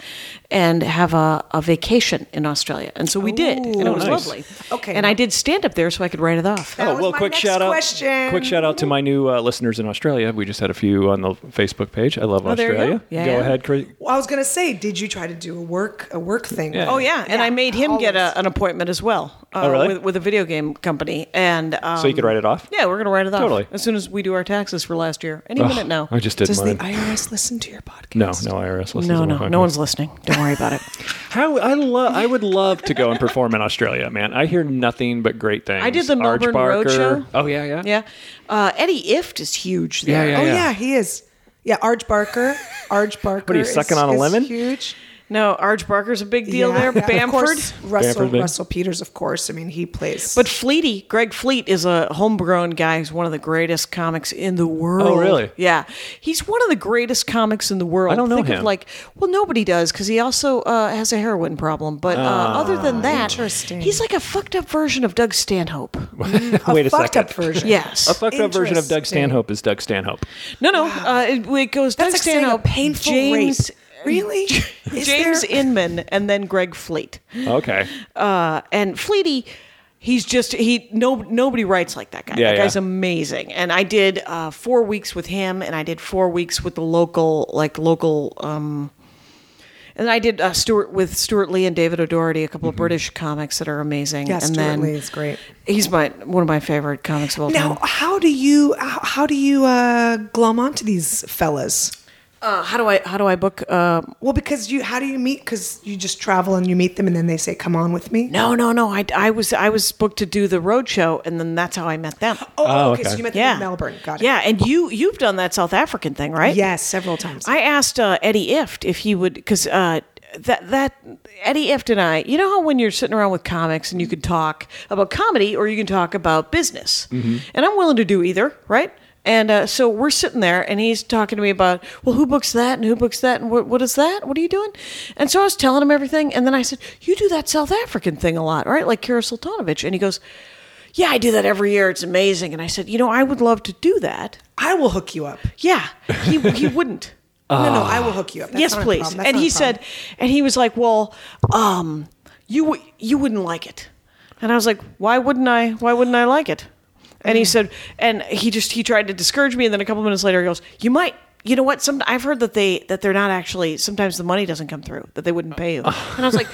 Speaker 1: and have a, a vacation in Australia. And so we did, and it
Speaker 2: Oh,
Speaker 1: was
Speaker 2: nice.
Speaker 1: lovely.
Speaker 3: Okay.
Speaker 1: and I did stand up there, so I could write it off.
Speaker 3: That
Speaker 2: Oh
Speaker 3: was
Speaker 2: well,
Speaker 3: my
Speaker 2: quick
Speaker 3: next
Speaker 2: shout out!
Speaker 3: question.
Speaker 2: Quick shout out to my new uh, listeners in Australia. We just had a few on the Facebook page. I love
Speaker 1: Oh, there you go.
Speaker 2: Australia.
Speaker 1: Yeah.
Speaker 2: ahead, Chris.
Speaker 3: Well, I was gonna say, did you try to do a work a work thing?
Speaker 2: Yeah.
Speaker 1: Oh yeah, and
Speaker 3: Yeah,
Speaker 1: I made him get
Speaker 3: always.
Speaker 1: a, an appointment as well. Uh,
Speaker 2: Oh, really?
Speaker 1: With, with a video game company, and um,
Speaker 2: So you could write it off.
Speaker 1: Yeah, we're gonna write it off
Speaker 2: Totally.
Speaker 1: as soon as we do our taxes for last year. Any minute now.
Speaker 2: I just did
Speaker 3: Does the
Speaker 2: mine.
Speaker 3: IRS listen to your podcast?
Speaker 2: no, no IRS listens.
Speaker 1: no,
Speaker 2: to my
Speaker 1: no,
Speaker 2: podcast.
Speaker 1: no one's listening. Don't worry about it.
Speaker 2: How I love I would love to go and perform in Australia, man. I hear nothing but great things.
Speaker 1: I did the
Speaker 2: Arch
Speaker 1: Melbourne Road
Speaker 2: Barker.
Speaker 1: Show.
Speaker 2: Oh yeah, yeah.
Speaker 1: yeah, uh, Eddie Ift is huge.
Speaker 2: Yeah,
Speaker 1: There.
Speaker 2: yeah.
Speaker 3: Oh yeah, he is. Yeah, Arch Barker. Arch Barker.
Speaker 2: What are you,
Speaker 3: is-
Speaker 2: sucking on a
Speaker 3: is
Speaker 2: lemon?
Speaker 3: Huge.
Speaker 1: Oh, No, Arch Barker's a big deal there.
Speaker 3: Yeah, yeah, of
Speaker 1: Bamford.
Speaker 3: course, Russell
Speaker 2: Bamford, yeah.
Speaker 3: Russell Peters, of course. I mean, he plays.
Speaker 1: But Fleety, Greg Fleet is a homegrown guy. He's one of the greatest comics in the world.
Speaker 2: Oh, really?
Speaker 1: Yeah, he's one of the greatest comics in the world.
Speaker 2: I don't know
Speaker 1: Think
Speaker 2: him.
Speaker 1: Of like, well, nobody does because he also uh, has a heroin problem. But uh,
Speaker 2: Ah,
Speaker 1: other than that,
Speaker 3: interesting.
Speaker 1: he's like a fucked up version of Doug Stanhope.
Speaker 2: Wait a
Speaker 3: fucked
Speaker 2: second.
Speaker 3: up version.
Speaker 1: Yes.
Speaker 2: A fucked up version of Doug
Speaker 3: Interesting.
Speaker 2: Stanhope is Doug Stanhope.
Speaker 1: no, no. Uh, it, it goes
Speaker 3: That's
Speaker 1: Doug
Speaker 3: like saying a
Speaker 1: Stanhope,
Speaker 3: painful
Speaker 1: James,
Speaker 3: rape. Really? Is
Speaker 1: James
Speaker 3: there-
Speaker 1: Inman, and then Greg Fleet.
Speaker 2: Okay.
Speaker 1: uh, and Fleety, he's just he no nobody writes like that guy.
Speaker 2: Yeah,
Speaker 1: that guy's
Speaker 2: yeah.
Speaker 1: amazing. And I did uh, four weeks with him, and I did four weeks with the local like local. Um, and I did uh, Stuart with Stuart Lee and David O'Doherty, a couple
Speaker 2: Mm-hmm.
Speaker 1: of British comics that are amazing.
Speaker 3: Yeah,
Speaker 1: and
Speaker 3: Stuart
Speaker 1: then
Speaker 3: Lee is great.
Speaker 1: He's my one of my favorite comics of all
Speaker 3: Now,
Speaker 1: time.
Speaker 3: how do you how, how do you uh, glom onto these fellas?
Speaker 1: Uh, how do I how do I book? Uh,
Speaker 3: Well, because you how do you meet? Because you just travel and you meet them, and then they say, "Come on with me."
Speaker 1: no, no, no. I, I was I was booked to do the road show, and then that's how I met them.
Speaker 3: Oh,
Speaker 2: Oh,
Speaker 3: okay.
Speaker 2: okay.
Speaker 3: So you met them
Speaker 1: yeah,
Speaker 3: in Melbourne. Got it.
Speaker 1: Yeah, and you you've done that South African thing, right?
Speaker 3: Yes, several times.
Speaker 1: I asked uh, Eddie Ift if he would, because uh, that that Eddie Ift and I, you know how when you're sitting around with comics and you can talk about comedy or you can talk about business, and I'm willing to do either, right? And uh, so we're sitting there, and he's talking to me about, well, who books that and who books that, and what, what is that? What are you doing? And so I was telling him everything, and then I said, you do that South African thing a lot, right? Like Kira Sultanovich, and he goes. Yeah, I do that every year. It's amazing. And I said, you know, I would love to do that.
Speaker 3: I will hook you up.
Speaker 1: Yeah, he, he wouldn't
Speaker 3: no, no, I will hook you up. That's
Speaker 1: yes,
Speaker 3: not a
Speaker 1: please.
Speaker 3: problem. That's
Speaker 1: And
Speaker 3: not a
Speaker 1: he
Speaker 3: problem.
Speaker 1: said, and he was like, well, um, you w- you wouldn't like it. And I was like, why wouldn't I? Why wouldn't I like it? And
Speaker 3: Mm.
Speaker 1: he said, and he just he tried to discourage me. And then a couple minutes later, he goes, you might. You know what? Some I've heard that they that they're not actually. Sometimes the money doesn't come through. That they wouldn't pay you. And I was like,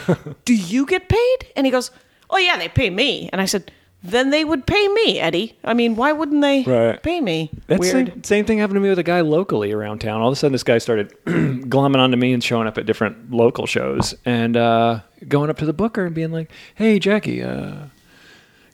Speaker 1: "Do you get paid?" And he goes, "Oh yeah, they pay me." And I said, "Then they would pay me, Eddie. I mean, why wouldn't they
Speaker 2: Right.
Speaker 1: pay me?"
Speaker 2: That's
Speaker 1: Weird.
Speaker 2: Same, same thing happened to me with a guy locally around town. All of a sudden, this guy started glomming onto me and showing up at different local shows and uh, going up to the booker and being like, "Hey, Jackie, uh,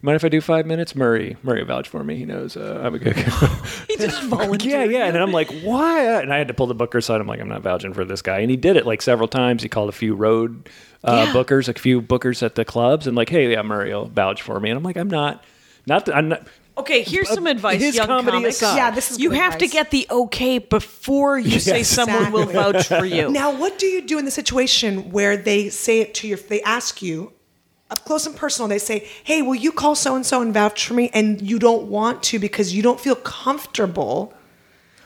Speaker 2: mind if I do five minutes?" Murray, Murray vouched for me. He knows uh, I'm a good.
Speaker 1: he just
Speaker 2: yeah,
Speaker 1: volunteered.
Speaker 2: yeah. And then I'm like, "Why?" And I had to pull the booker aside. I'm like, "I'm not vouching for this guy." And he did it like several times. He called a few road uh,
Speaker 1: Yeah.
Speaker 2: bookers, a few bookers at the clubs, and like, "Hey, yeah, Murray will vouch for me." And I'm like, "I'm not." Not that I'm not.
Speaker 1: Okay, here's some advice,
Speaker 2: his
Speaker 1: young
Speaker 2: comedy
Speaker 1: comics.
Speaker 2: aside.
Speaker 3: Yeah, this is
Speaker 1: you
Speaker 3: good
Speaker 1: have to
Speaker 3: advice.
Speaker 1: get the okay before you say someone will vouch for you.
Speaker 3: Now, what do you do in the situation where they say it to your, they ask you up close and personal, they say, hey, will you call so and so and vouch for me? And you don't want to because you don't feel comfortable.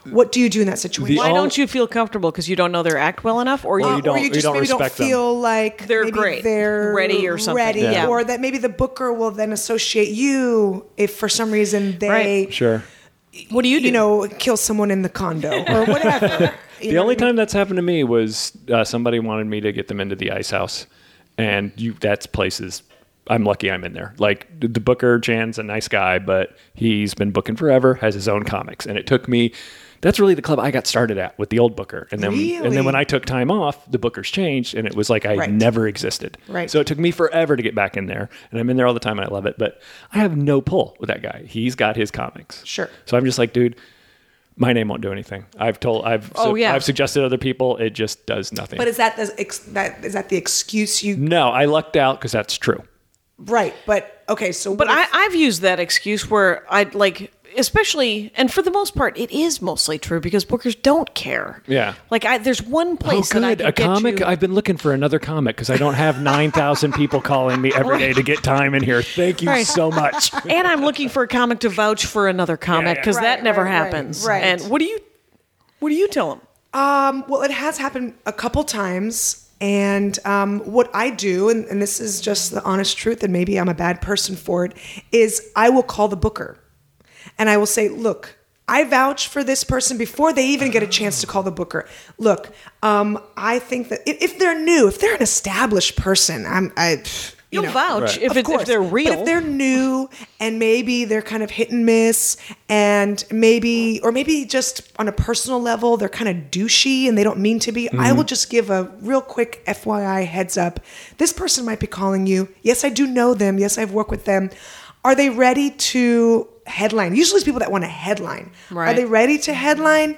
Speaker 3: What do you do in that situation?
Speaker 2: The
Speaker 1: Why
Speaker 2: all-
Speaker 1: don't you feel comfortable? Because you don't know their act well enough, or
Speaker 2: Or
Speaker 1: you
Speaker 2: you don't-
Speaker 3: or you just
Speaker 2: don't
Speaker 3: maybe don't
Speaker 2: respect them.
Speaker 3: feel like
Speaker 1: They're
Speaker 3: maybe
Speaker 1: great,
Speaker 3: they're
Speaker 1: ready or something.
Speaker 3: ready,
Speaker 1: Yeah.
Speaker 3: or that maybe the booker will then associate you if for some reason they,
Speaker 1: Right.
Speaker 2: Sure.
Speaker 1: What do you do?
Speaker 3: you know, kill someone in the condo or whatever. You
Speaker 2: The only
Speaker 3: know what I mean?
Speaker 2: time that's happened to me was uh, somebody wanted me to get them into the ice house, and you that's places. I'm lucky I'm in there. Like the the booker, Jan's a nice guy, but he's been booking forever, has his own comics, and it took me. That's really the club I got started at with the old booker, and then and
Speaker 3: Really?
Speaker 2: then when I took time off, the bookers changed, and it was like I
Speaker 3: Right.
Speaker 2: never existed.
Speaker 3: Right.
Speaker 2: So it took me forever to get back in there, and I'm in there all the time, and I love it. But I have no pull with that guy. He's got his comics.
Speaker 3: Sure.
Speaker 2: So I'm just like, dude, my name won't do anything. I've told, I've,
Speaker 1: Oh, yeah.
Speaker 2: I've suggested other people. It just does nothing.
Speaker 3: But is that the, ex- that is that the excuse you
Speaker 2: no, I lucked out because that's true.
Speaker 3: Right, but okay, so
Speaker 1: But
Speaker 3: what
Speaker 1: I,
Speaker 3: if-
Speaker 1: I've used that excuse where I like, especially, and for the most part, it is mostly true because bookers don't care.
Speaker 2: Yeah.
Speaker 1: Like, I, there's one place that Oh, I
Speaker 2: a
Speaker 1: can get
Speaker 2: comic.
Speaker 1: you-
Speaker 2: I've been looking for another comic because I don't have nine thousand people calling me every day to get time in here. Thank you
Speaker 1: Right.
Speaker 2: so much.
Speaker 1: and I'm looking for a comic to vouch for another comic
Speaker 2: yeah.
Speaker 1: because
Speaker 3: Right,
Speaker 1: that never
Speaker 3: right, right,
Speaker 1: happens.
Speaker 3: right.
Speaker 1: And what do you, what do you tell them?
Speaker 3: um, well, it has happened a couple times, and um, what I do, and, and this is just the honest truth, and maybe I'm a bad person for it, is I will call the booker, and I will say, look. I vouch for this person before they even get a chance to call the booker. Look, um, I think that if, if they're new, if they're an established person, I'm, I, you
Speaker 1: You'll
Speaker 3: know.
Speaker 1: vouch
Speaker 2: Right.
Speaker 1: if, it's,
Speaker 3: Of
Speaker 1: if
Speaker 3: course.
Speaker 1: they're real.
Speaker 3: But if they're new and maybe they're kind of hit and miss, and maybe, or maybe just on a personal level, they're kind of douchey and they don't mean to be, I
Speaker 1: Mm-hmm.
Speaker 3: will just give a real quick FYI heads up. This person might be calling you. Yes, I do know them. Yes, I've worked with them. Are they ready to headline? Usually it's people that want to headline. Are
Speaker 1: Right.
Speaker 3: they ready to headline?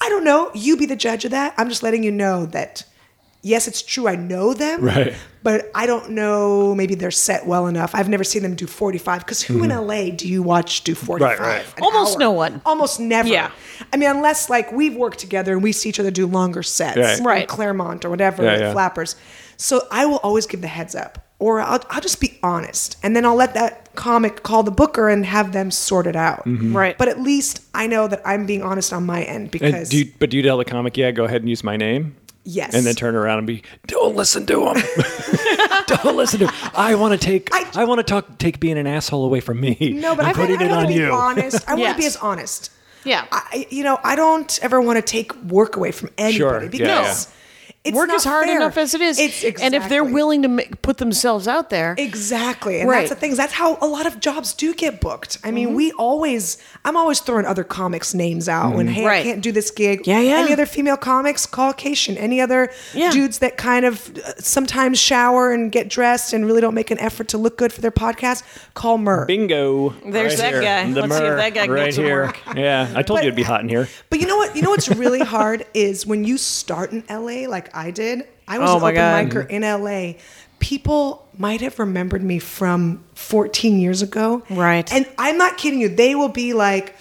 Speaker 3: I don't know. You be the judge of that. I'm just letting you know that yes, it's true. I know them,
Speaker 2: Right.
Speaker 3: But I don't know. Maybe they're set well enough. I've never seen them do forty five. Because who in LA do you watch do forty five?
Speaker 2: Hmm. right.
Speaker 1: Almost no one.
Speaker 3: Almost never.
Speaker 1: Yeah.
Speaker 3: I mean, unless like we've worked together and we see each other do longer sets,
Speaker 2: Right.
Speaker 3: in
Speaker 1: Right.
Speaker 3: Claremont or whatever,
Speaker 2: Yeah, yeah.
Speaker 3: flappers. So I will always give the heads up. Or I'll, I'll just be honest, and then I'll let that comic call the booker and have them sort it out.
Speaker 1: Right.
Speaker 3: But at least I know that I'm being honest on my end
Speaker 2: Mm-hmm. And
Speaker 3: because
Speaker 2: do you, but do you tell the comic, yeah, go ahead and use my name?
Speaker 3: Yes.
Speaker 2: And then turn around and be, don't listen to him. don't listen to him. I want to take, I,
Speaker 3: I-
Speaker 2: want to talk, take being an asshole away from me.
Speaker 3: no, but
Speaker 2: I'm
Speaker 3: I,
Speaker 2: putting
Speaker 3: I, I
Speaker 2: it
Speaker 3: want
Speaker 2: on
Speaker 3: to be
Speaker 2: you.
Speaker 3: honest. I want to be
Speaker 1: Yes.
Speaker 3: as honest.
Speaker 1: Yeah.
Speaker 3: I, you know, I don't ever want to take work away from anybody
Speaker 2: Sure. Yeah,
Speaker 3: because it's
Speaker 1: Work
Speaker 3: not
Speaker 1: is hard
Speaker 3: fair.
Speaker 1: enough as it is.
Speaker 3: It's exactly,
Speaker 1: And if they're willing to make, put themselves out there,
Speaker 3: Exactly. And
Speaker 1: Right. Mm-hmm.
Speaker 3: that's the thing. That's how a lot of jobs do get booked. I mean, we always, I'm always throwing other comics' names out
Speaker 2: Mm-hmm.
Speaker 3: when, hey,
Speaker 1: Right.
Speaker 3: I can't do this gig.
Speaker 1: Yeah, yeah.
Speaker 3: Any other female comics, call Cation. Any other
Speaker 1: Yeah.
Speaker 3: dudes that kind of uh, sometimes shower and get dressed and really don't make an effort to look good for their podcast, call Mer.
Speaker 2: Bingo.
Speaker 1: There's that guy. Let's see if
Speaker 2: myrrh
Speaker 1: that guy can get
Speaker 2: right
Speaker 1: some
Speaker 2: here.
Speaker 1: work.
Speaker 2: Yeah, I told
Speaker 3: But-
Speaker 2: you it'd be hot in here.
Speaker 3: But you know what? You know what's really hard is when you start in LA, like I did. I was
Speaker 1: Oh
Speaker 3: an
Speaker 1: my
Speaker 3: open
Speaker 1: God.
Speaker 3: micer in LA. People might have remembered me from 14 years ago.
Speaker 1: Right.
Speaker 3: And I'm not kidding you. They will be like,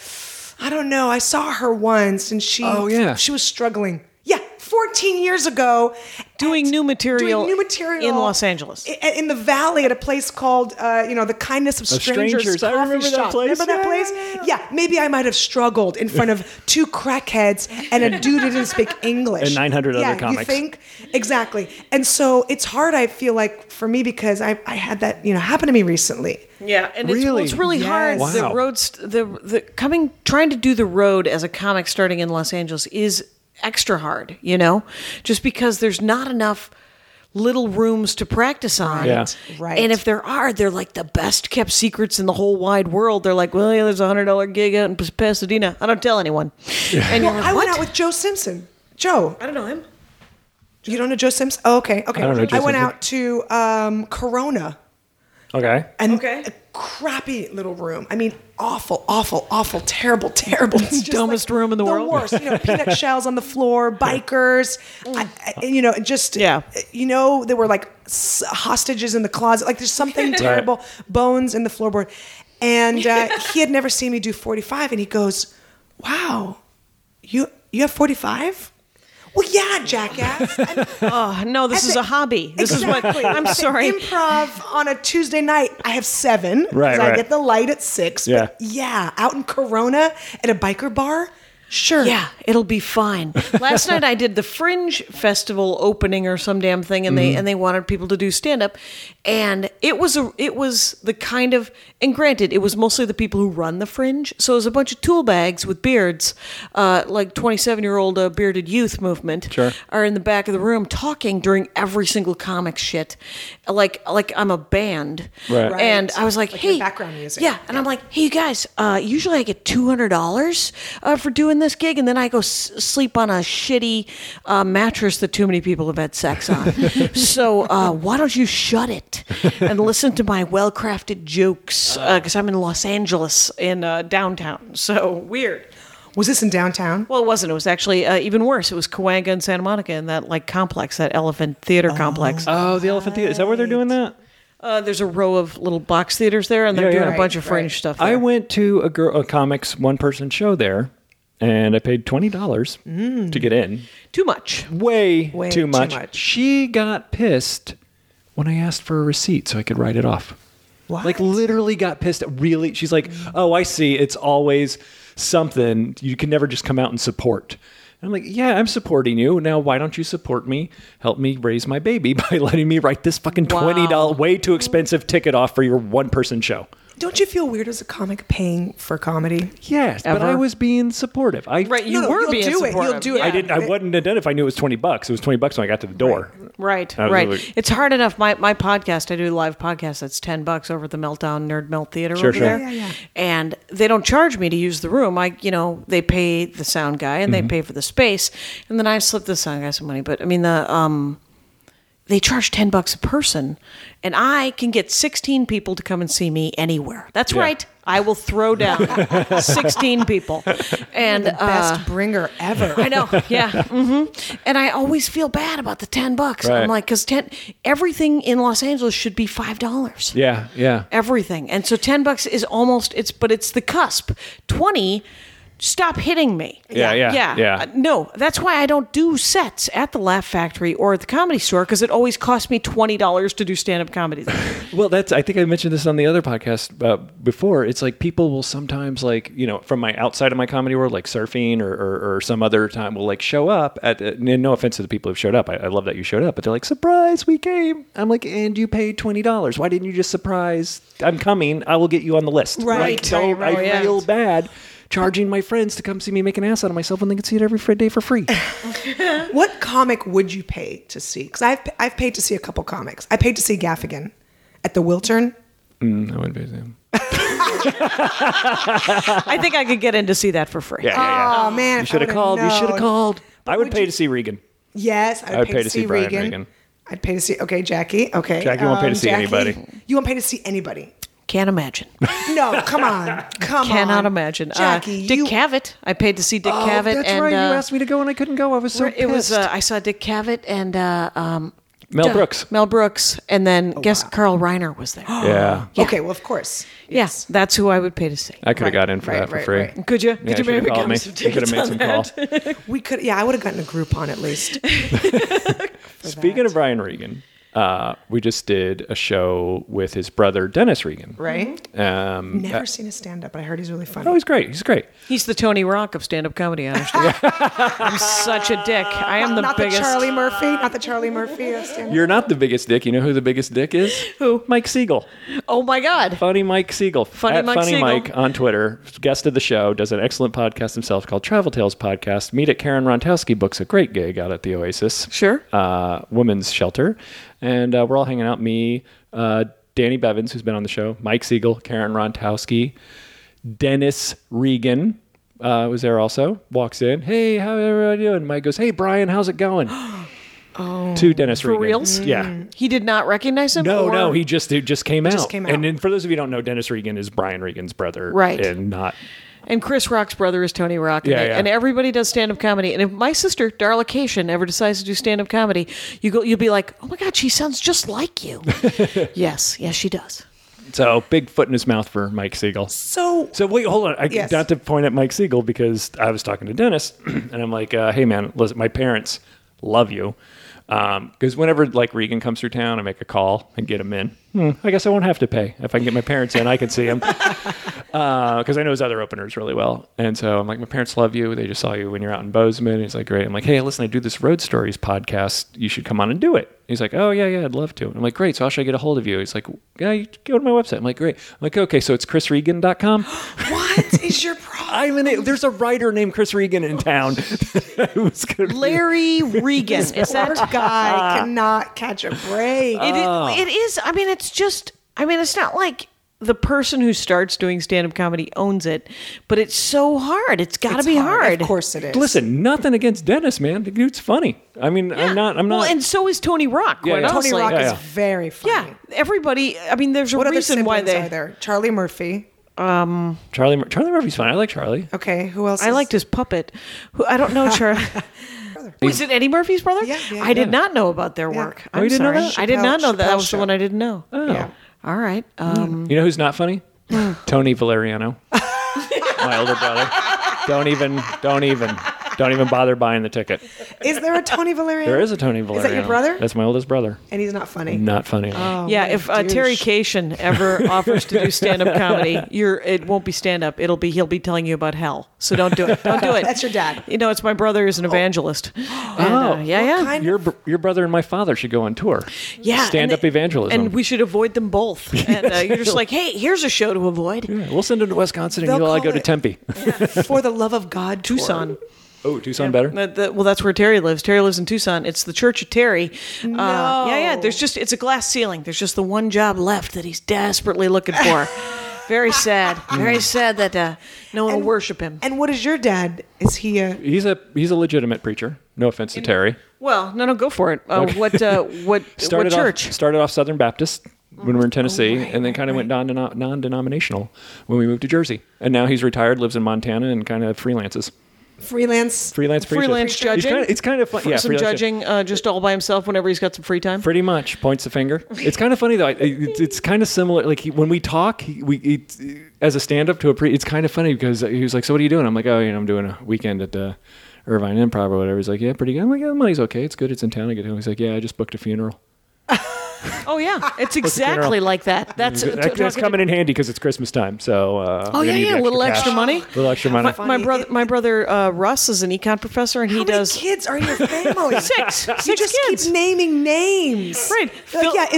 Speaker 3: I don't know. I saw her once, and she.
Speaker 2: Oh, yeah.
Speaker 3: She was struggling. Yeah, 14 years ago,
Speaker 1: doing
Speaker 3: at-
Speaker 1: new material
Speaker 3: doing new material
Speaker 1: in Los Angeles.
Speaker 3: i- in the valley at a place called uh, you know the kindness of, strangers,
Speaker 2: Strangers. I
Speaker 3: Coffee
Speaker 2: remember that
Speaker 3: Shop.
Speaker 2: place.
Speaker 3: Remember that
Speaker 2: Yeah,
Speaker 3: place?
Speaker 2: yeah,
Speaker 3: Yeah, maybe I might have struggled in front of two crackheads and a dude who didn't speak English
Speaker 2: And 900 other
Speaker 3: yeah,
Speaker 2: comics.
Speaker 3: You think exactly, and so it's hard. I feel like for me because I I had that you know happen to me recently.
Speaker 1: Yeah, and it's, well,
Speaker 2: Really?
Speaker 1: it's really
Speaker 3: Yes.
Speaker 1: hard.
Speaker 2: Wow.
Speaker 1: The roads, the the coming, trying to do the road as a comic starting in Los Angeles is extra hard. You know, just because there's not enough little rooms to practice on.
Speaker 2: Yeah.
Speaker 3: Right.
Speaker 1: And if there are, they're like the best kept secrets in the whole wide world. They're like, well, yeah, there's a hundred dollar gig out in Pas- Pasadena. I don't tell anyone. And you're
Speaker 3: Well,
Speaker 1: like,
Speaker 3: I
Speaker 1: what?
Speaker 3: went out with Joe Simpson. Joe,
Speaker 1: I don't know him.
Speaker 3: you don't know Joe Simpson? Oh, okay, okay.
Speaker 2: I don't know Joe Simpson.
Speaker 3: went out to um, Corona.
Speaker 2: Okay.
Speaker 3: and
Speaker 1: Okay.
Speaker 3: a crappy little room. I mean, awful, awful, awful, terrible, terrible. It's just
Speaker 1: Dumbest room in the world.
Speaker 3: worst. You know, peanut shells on the floor, bikers. I, I- you know, just
Speaker 1: Yeah.
Speaker 3: You know, there were like s- hostages in the closet. Like there's something terrible. Bones in the floorboard, and uh, he had never seen me do 45, and he goes, "Wow, you you have 45." Well, yeah, jackass. I mean,
Speaker 1: Oh no, this
Speaker 3: At
Speaker 1: is
Speaker 3: the-
Speaker 1: a hobby. This is
Speaker 3: Exactly.
Speaker 1: what I'm
Speaker 3: At the
Speaker 1: sorry.
Speaker 3: Improv on a Tuesday night. I have seven. 'cause
Speaker 2: Right,
Speaker 3: I
Speaker 2: right.
Speaker 3: get the light at six.
Speaker 2: Yeah.
Speaker 3: But yeah, out in Corona at a biker bar. Sure.
Speaker 1: Yeah, it'll be fine. Last night I did the Fringe Festival opening or some damn thing, and
Speaker 2: Mm-hmm.
Speaker 1: they and they wanted people to do stand up, and it was a it was the kind of and granted it was mostly the people who run the Fringe, so it was a bunch of tool bags with beards, uh, like twenty seven year old uh, bearded youth movement
Speaker 2: Sure.
Speaker 1: are in the back of the room talking during every single comic shit, like like I'm a band,
Speaker 2: Right. Right.
Speaker 1: and I was like,
Speaker 3: Like your
Speaker 1: hey,
Speaker 3: background music.
Speaker 1: yeah, and I'm like, hey, you guys, uh, usually I get $200 uh, for doing this gig, and then I go s- sleep on a shitty uh, mattress that too many people have had sex on. so uh, why don't you shut it and listen to my well crafted jokes?
Speaker 3: Uh.
Speaker 1: Because I'm in Los Angeles in uh, downtown. So weird.
Speaker 3: Was this in downtown?
Speaker 1: Well, it wasn't. It was actually uh, even worse. It was Cahuenga and Santa Monica in that like complex, that Elephant Theater complex.
Speaker 2: Oh, the Elephant Theater. Is that where they're doing that?
Speaker 1: Uh, there's a row of little box theaters there, and they're
Speaker 2: Yeah,
Speaker 1: doing
Speaker 2: yeah.
Speaker 1: a bunch of
Speaker 3: Right, right.
Speaker 1: fringe stuff.
Speaker 2: I
Speaker 1: there.
Speaker 2: went to a girl, a comics one person show there, and I paid twenty dollars
Speaker 1: Mm.
Speaker 2: to get in.
Speaker 1: Too much.
Speaker 2: Way,
Speaker 3: Way
Speaker 2: too,
Speaker 3: too
Speaker 2: much.
Speaker 3: much.
Speaker 2: She got pissed when I asked for a receipt so I could write it off.
Speaker 3: What?
Speaker 2: Like literally got pissed. Really, she's like, "Oh, I see. It's always something. You can never just come out and support." And I'm like, "Yeah, I'm supporting you. Now, why don't you support me? Help me raise my baby by letting me write this fucking
Speaker 1: Wow.
Speaker 2: twenty dollar, way too expensive ticket off for your one person show."
Speaker 3: Don't you feel weird as a comic paying for comedy?
Speaker 2: Yes, but
Speaker 1: Ever.
Speaker 2: I was being supportive. I
Speaker 1: Right, you
Speaker 3: No, no,
Speaker 1: were
Speaker 3: you'll
Speaker 1: being
Speaker 3: do it.
Speaker 1: supportive.
Speaker 3: You'll do it.
Speaker 1: Yeah.
Speaker 2: I didn't. I wouldn't have done it if I knew it was twenty bucks. It was twenty bucks when I got to the door.
Speaker 1: Right,
Speaker 2: was
Speaker 1: right.
Speaker 2: really-
Speaker 1: It's hard enough. My my podcast, I do a live podcast that's ten bucks over at the Meltdown Nerd Melt Theater
Speaker 2: Sure,
Speaker 1: over
Speaker 2: sure.
Speaker 1: there,
Speaker 3: Yeah, yeah, yeah.
Speaker 1: and they don't charge me to use the room. I, you know, they pay the sound guy and they pay for the space, and then I slip the sound guy some money. But I mean the um, they charge 10 bucks a person and I can get 16 people to come and see me anywhere. That's
Speaker 2: Yeah.
Speaker 1: right. I will throw down 16 people. And uh,
Speaker 3: Best bringer ever.
Speaker 1: I know. Yeah. hmm And I always feel bad about the 10 bucks.
Speaker 2: Right.
Speaker 1: I'm like, because 10, everything in Los Angeles should be $5.
Speaker 2: Yeah, yeah.
Speaker 1: Everything. And so 10 bucks is almost, it's, but it's the cusp. 20, stop hitting me.
Speaker 2: Yeah, yeah,
Speaker 1: Yeah.
Speaker 2: yeah.
Speaker 1: Uh, no, that's why I don't do sets at the Laugh Factory or at the comedy store because it always costs me $20 to do stand up comedy.
Speaker 2: Well, that's. I think I mentioned this on the other podcast uh, before. It's like people will sometimes like you know from my outside of my comedy world, like surfing or, or, or some other time, will like show up at. uh, And no offense to the people who've showed up, I, I love that you showed up, but they're like, "Surprise, we came." I'm like, "And you paid twenty dollars? Why didn't you just surprise? I'm coming. I will get you on the list."
Speaker 3: Right,
Speaker 2: Like, don't-
Speaker 3: right, right,
Speaker 2: I feel
Speaker 3: right.
Speaker 2: bad charging my friends to come see me make an ass out of myself when they can see it every Friday day for free.
Speaker 3: What comic would you pay to see? Because I've I've paid to see a couple comics. I paid to see Gaffigan at the Wiltern.
Speaker 2: Mm, I wouldn't pay them.
Speaker 1: I think I could get in to see that for free.
Speaker 2: Yeah, yeah, yeah.
Speaker 3: Oh man,
Speaker 2: you
Speaker 3: if I
Speaker 2: should have
Speaker 3: would've
Speaker 2: called. You should have
Speaker 3: known.
Speaker 2: called. I would,
Speaker 3: would
Speaker 2: pay
Speaker 3: you-
Speaker 2: to see Regan.
Speaker 3: Yes, I would pay, to see,
Speaker 2: Brian
Speaker 3: Regan.
Speaker 2: Regan.
Speaker 3: I'd pay to see. Okay, Jackie. Okay, um,
Speaker 2: Jackie won't pay to see anybody.
Speaker 3: You won't pay to see anybody.
Speaker 1: Can't imagine.
Speaker 3: No, come on, come on.
Speaker 1: Cannot imagine.
Speaker 3: Jackie.
Speaker 1: uh, Dick
Speaker 3: you,
Speaker 1: Cavett. I paid to see Dick
Speaker 2: Oh,
Speaker 1: Cavett.
Speaker 2: That's
Speaker 1: and,
Speaker 2: right.
Speaker 1: uh,
Speaker 2: you asked me to go and I couldn't go. I was so
Speaker 1: Right, It was.
Speaker 2: pissed.
Speaker 1: Uh, I saw Dick Cavett and uh, um,
Speaker 2: Mel
Speaker 1: duh,
Speaker 2: Brooks.
Speaker 1: Mel Brooks, and then guess
Speaker 3: wow.
Speaker 1: Carl Reiner was there. Oh, yeah.
Speaker 2: yeah,
Speaker 3: Okay, well, of course.
Speaker 1: that's who I would pay to see.
Speaker 2: I could have
Speaker 3: Right,
Speaker 2: got in for
Speaker 3: right,
Speaker 2: that for
Speaker 3: right,
Speaker 2: free.
Speaker 3: right.
Speaker 1: Could you? could
Speaker 2: Yeah,
Speaker 1: you
Speaker 2: you
Speaker 1: maybe
Speaker 2: should've
Speaker 1: get
Speaker 2: called
Speaker 1: me
Speaker 2: me.
Speaker 1: some
Speaker 2: You
Speaker 1: tickets
Speaker 2: could've made
Speaker 1: on
Speaker 2: some
Speaker 1: that?
Speaker 2: call.
Speaker 3: We could. Yeah, I would have gotten a Groupon at least.
Speaker 2: Speaking of Brian Regan, uh, we just did a show with his brother Dennis Regan.
Speaker 3: Right?
Speaker 2: Um,
Speaker 3: Never seen a stand up, but I heard he's really funny.
Speaker 2: oh, he's great. He's great.
Speaker 1: He's the Tony Rock of stand-up comedy. I understand. I'm such a dick. I am the
Speaker 3: Uh, not
Speaker 1: biggest.
Speaker 3: the Charlie Murphy. Not the Charlie Murphy of stand up.
Speaker 2: You're not the biggest dick. You know who the biggest dick is?
Speaker 1: Who?
Speaker 2: Mike Siegel.
Speaker 1: Oh my God.
Speaker 2: Funny Mike Siegel.
Speaker 1: Funny
Speaker 2: at
Speaker 1: Mike
Speaker 2: Funny
Speaker 1: Siegel.
Speaker 2: Mike on Twitter, guest of the show, does an excellent podcast himself called Travel Tales Podcast. Meet at Karen Rontowski books a great gig out at the Oasis.
Speaker 1: Sure.
Speaker 2: Uh, women's shelter. And uh, we're all hanging out. Me, uh, Danny Bevins, who's been on the show, Mike Siegel, Karen Rontowski, Dennis Regan. Uh, was there also walks in hey how everybody doing mike goes hey brian how's it going oh to dennis
Speaker 1: For
Speaker 2: regan
Speaker 1: reals? Mm.
Speaker 2: yeah
Speaker 1: He did not recognize him.
Speaker 2: no,
Speaker 1: or-
Speaker 2: no, he just it just came out.
Speaker 3: just came out.
Speaker 2: And then for those of you who don't know, Dennis Regan is Brian Regan's brother,
Speaker 1: Right.
Speaker 2: And not
Speaker 1: And Chris Rock's brother is Tony Rock. And,
Speaker 2: Yeah,
Speaker 1: they-
Speaker 2: yeah.
Speaker 1: and everybody does stand up comedy. And if my sister, Darla Cation, ever decides to do stand up comedy, you go you'll be like, Oh my god, she sounds just like you. yes, yes, she does.
Speaker 2: so big foot in his mouth for Mike Siegel.
Speaker 3: So,
Speaker 2: So wait, hold on. I,
Speaker 3: Yes.
Speaker 2: Not to point at Mike Siegel because I was talking to Dennis, and I'm like, uh, "Hey, man, listen, my parents love you." Because whenever like Regan comes through town, I make a call and get him in. Hmm, I guess I won't have to pay if I can get my parents in. I can see him because I know his other openers really well. And so I'm like, "My parents love you. They just saw you when you're out in Bozeman." And he's like, "Great." I'm like, "Hey, listen, I do this Road Stories podcast. You should come on and do it." He's like, "Oh yeah, yeah, I'd love to." And I'm like, "Great. So how should I get a hold of you?" He's like, "Yeah, you go to my website." I'm like, "Great." I'm like, "Okay, so it's chrisregan.com."
Speaker 3: what is your problem?
Speaker 2: I'm in it. There's a writer named Chris Regan in town. Who's gonna be-
Speaker 1: Larry Regan. is
Speaker 3: Poor
Speaker 1: that
Speaker 3: guy cannot catch a break.
Speaker 1: It,
Speaker 2: Oh.
Speaker 1: is, it is. I mean, it's just. I mean, it's not like the person who starts doing stand-up comedy owns it, but it's so hard. It's got to
Speaker 3: It's
Speaker 1: be hard.
Speaker 3: Of course it is.
Speaker 2: Listen, nothing against Dennis, man. The dude's funny. I mean,
Speaker 1: Yeah.
Speaker 2: I'm not. I'm not.
Speaker 1: Well, and so is Tony Rock.
Speaker 2: Yeah,
Speaker 1: quite
Speaker 2: yeah.
Speaker 3: Tony
Speaker 1: honestly.
Speaker 3: Rock
Speaker 2: Yeah,
Speaker 3: is
Speaker 2: yeah.
Speaker 3: very funny.
Speaker 1: Yeah, everybody. I mean, there's a
Speaker 3: What other
Speaker 1: reason
Speaker 3: siblings
Speaker 1: why they.
Speaker 3: are there? Charlie Murphy.
Speaker 2: Charlie Mur- Charlie Murphy's fine. I like Charlie.
Speaker 3: Okay, who else?
Speaker 1: I
Speaker 3: is-
Speaker 1: liked his puppet. Who I don't know, Charlie. Was it Eddie Murphy's brother?
Speaker 3: Yeah, yeah,
Speaker 1: I did
Speaker 2: yeah.
Speaker 1: not know about their work.
Speaker 3: Oh,
Speaker 1: I'm
Speaker 2: you didn't know
Speaker 1: sorry.
Speaker 2: that?
Speaker 1: I did
Speaker 3: Chappelle-
Speaker 1: not know that. That was the
Speaker 3: Chappelle show. Oh. Mm,
Speaker 1: one I didn't know.
Speaker 3: Yeah.
Speaker 1: All right. Um,
Speaker 2: You know who's not funny? Tony Valeriano, my older brother. Don't even. Don't even. Don't even bother buying the ticket.
Speaker 3: Is there a Tony Valerian?
Speaker 2: There is a Tony Valeriano.
Speaker 3: that your brother?
Speaker 2: That's my oldest brother.
Speaker 3: and he's not funny. Oh
Speaker 2: Not funny. at all.
Speaker 1: yeah, if uh, Terry Cation ever offers to do stand-up comedy, you're it won't be stand-up. It'll be he'll be telling you about hell. So don't do it. Don't do it.
Speaker 3: That's your dad. Oh.
Speaker 1: You know, it's my brother is an evangelist. And, uh,
Speaker 2: Oh.
Speaker 1: yeah, yeah.
Speaker 3: kind
Speaker 2: Your br- your brother and my father should go on tour.
Speaker 1: Yeah, and
Speaker 2: Stand up
Speaker 1: they-
Speaker 2: evangelism.
Speaker 1: And we should avoid them both. And uh, you're just like, hey, here's a show to avoid.
Speaker 2: Yeah, we'll send him to Wisconsin and
Speaker 3: They'll
Speaker 2: you all go
Speaker 3: call
Speaker 2: to
Speaker 3: it-
Speaker 2: Tempe.
Speaker 3: For the love of God, tour.
Speaker 1: Tucson.
Speaker 2: Oh, Tucson better.
Speaker 1: That- that- well, that's where Terry lives. Terry lives in Tucson. It's the Church of Terry. No. yeah, yeah. There's just it's a glass ceiling. There's just the one job left that he's desperately looking for. Very sad.
Speaker 2: Hmm.
Speaker 1: Very sad that uh, no one will worship him.
Speaker 3: And what is your dad? Is he a?
Speaker 2: He's a he's a legitimate preacher. No offense to Terry.
Speaker 1: Well, no, no, go for it. Uh, What, uh, what, what
Speaker 2: Started
Speaker 1: church? Oh,
Speaker 2: off started off Southern Baptist when we were in Tennessee,
Speaker 3: right,
Speaker 2: and then
Speaker 3: right,
Speaker 2: kind of went
Speaker 3: right.
Speaker 2: non non denominational when we moved to Jersey. And now he's retired, lives in Montana, and kind of freelances.
Speaker 3: Freelance.
Speaker 2: Freelance, preacher.
Speaker 1: Freelance
Speaker 2: He's
Speaker 1: judging?
Speaker 2: kinda- it's kind of fun. Yeah,
Speaker 1: Some
Speaker 2: freelance judge-
Speaker 1: judging, uh, just all by himself whenever he's got some free time.
Speaker 2: Pretty much points the finger. It's kind of funny though. I- It's, it's kind of similar. Like he, when we talk, he, we it, as a stand-up to a pre. It's kind of funny because he was like, "So what are you doing?" I'm like, "Oh, you know, I'm doing a weekend at uh, Irvine Improv or whatever." He's like, "Yeah, pretty good." I'm like, "Yeah, the money's okay. It's good. It's in town. I get home." He's like, "Yeah, I just booked a funeral.
Speaker 1: Oh yeah, it's
Speaker 2: funeral. Mm-hmm.
Speaker 1: exactly like that. That's uh,
Speaker 2: That- that's coming in handy because it's Christmas time. So uh,
Speaker 1: Oh
Speaker 2: we're
Speaker 1: yeah,
Speaker 2: gonna need
Speaker 1: yeah, a little
Speaker 2: cash.
Speaker 1: extra money.
Speaker 2: A little extra money.
Speaker 1: My, my brother, my brother uh, Russ is an econ professor, and
Speaker 3: How
Speaker 1: he
Speaker 3: many
Speaker 1: does
Speaker 3: kids are in your family?
Speaker 1: six, six
Speaker 3: You just
Speaker 1: kids.
Speaker 3: keep naming names.
Speaker 1: Right.
Speaker 3: You're
Speaker 1: Phil-
Speaker 3: like, yeah,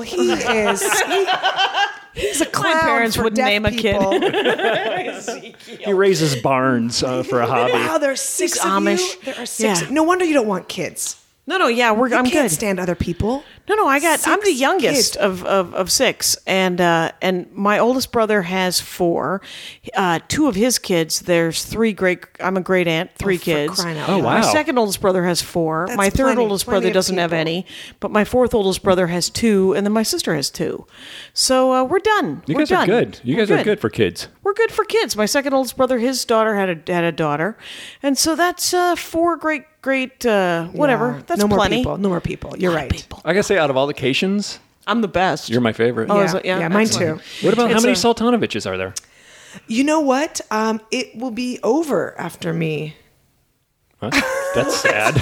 Speaker 3: he is. He, he's a clown.
Speaker 1: parents
Speaker 3: for
Speaker 1: wouldn't
Speaker 3: deaf
Speaker 1: name a kid.
Speaker 3: people.
Speaker 2: he raises barns uh, for a
Speaker 3: Wow,
Speaker 2: hobby.
Speaker 3: there's six
Speaker 1: He's
Speaker 3: of you.
Speaker 1: Amish.
Speaker 3: There are six.
Speaker 1: Yeah.
Speaker 3: No wonder you don't want kids.
Speaker 1: no, no, yeah, we're,
Speaker 3: You
Speaker 1: I'm
Speaker 3: can't
Speaker 1: good.
Speaker 3: stand other people.
Speaker 1: No, no, I got. i I'm the
Speaker 3: Six
Speaker 1: youngest
Speaker 3: kids.
Speaker 1: of, of of six, and uh, and my oldest brother has four. Uh, two of his kids. There's three great. I'm a great aunt. Three
Speaker 3: for
Speaker 1: kids.
Speaker 3: crying out
Speaker 2: Oh,
Speaker 3: loud.
Speaker 1: My
Speaker 2: wow.
Speaker 1: second oldest brother has four.
Speaker 3: That's
Speaker 1: my third
Speaker 3: plenty-
Speaker 1: oldest
Speaker 3: plenty
Speaker 1: brother
Speaker 3: of
Speaker 1: doesn't have
Speaker 3: people.
Speaker 1: any, but my fourth oldest brother has two, and then my sister has two. So uh, we're done.
Speaker 2: You
Speaker 1: we're
Speaker 2: guys are
Speaker 1: done.
Speaker 2: good. You
Speaker 1: We're
Speaker 2: guys are good for kids.
Speaker 1: we're good for kids. My second oldest brother, his daughter had a had a daughter, and so that's uh, four great great uh, whatever.
Speaker 3: Yeah.
Speaker 1: That's
Speaker 3: no more
Speaker 1: plenty.
Speaker 3: people. No more people. You're right.
Speaker 1: People.
Speaker 2: I gotta say, out of all the Cations,
Speaker 1: I'm the best.
Speaker 2: you're my favorite.
Speaker 1: Oh,
Speaker 3: Yeah,
Speaker 1: is it? Yeah,
Speaker 3: yeah, mine
Speaker 1: excellent.
Speaker 3: too.
Speaker 2: what about how
Speaker 1: It's
Speaker 2: many
Speaker 1: a-
Speaker 2: Sultanoviches are there?
Speaker 3: You know what? Um, it will be over after me.
Speaker 2: Huh? That's sad.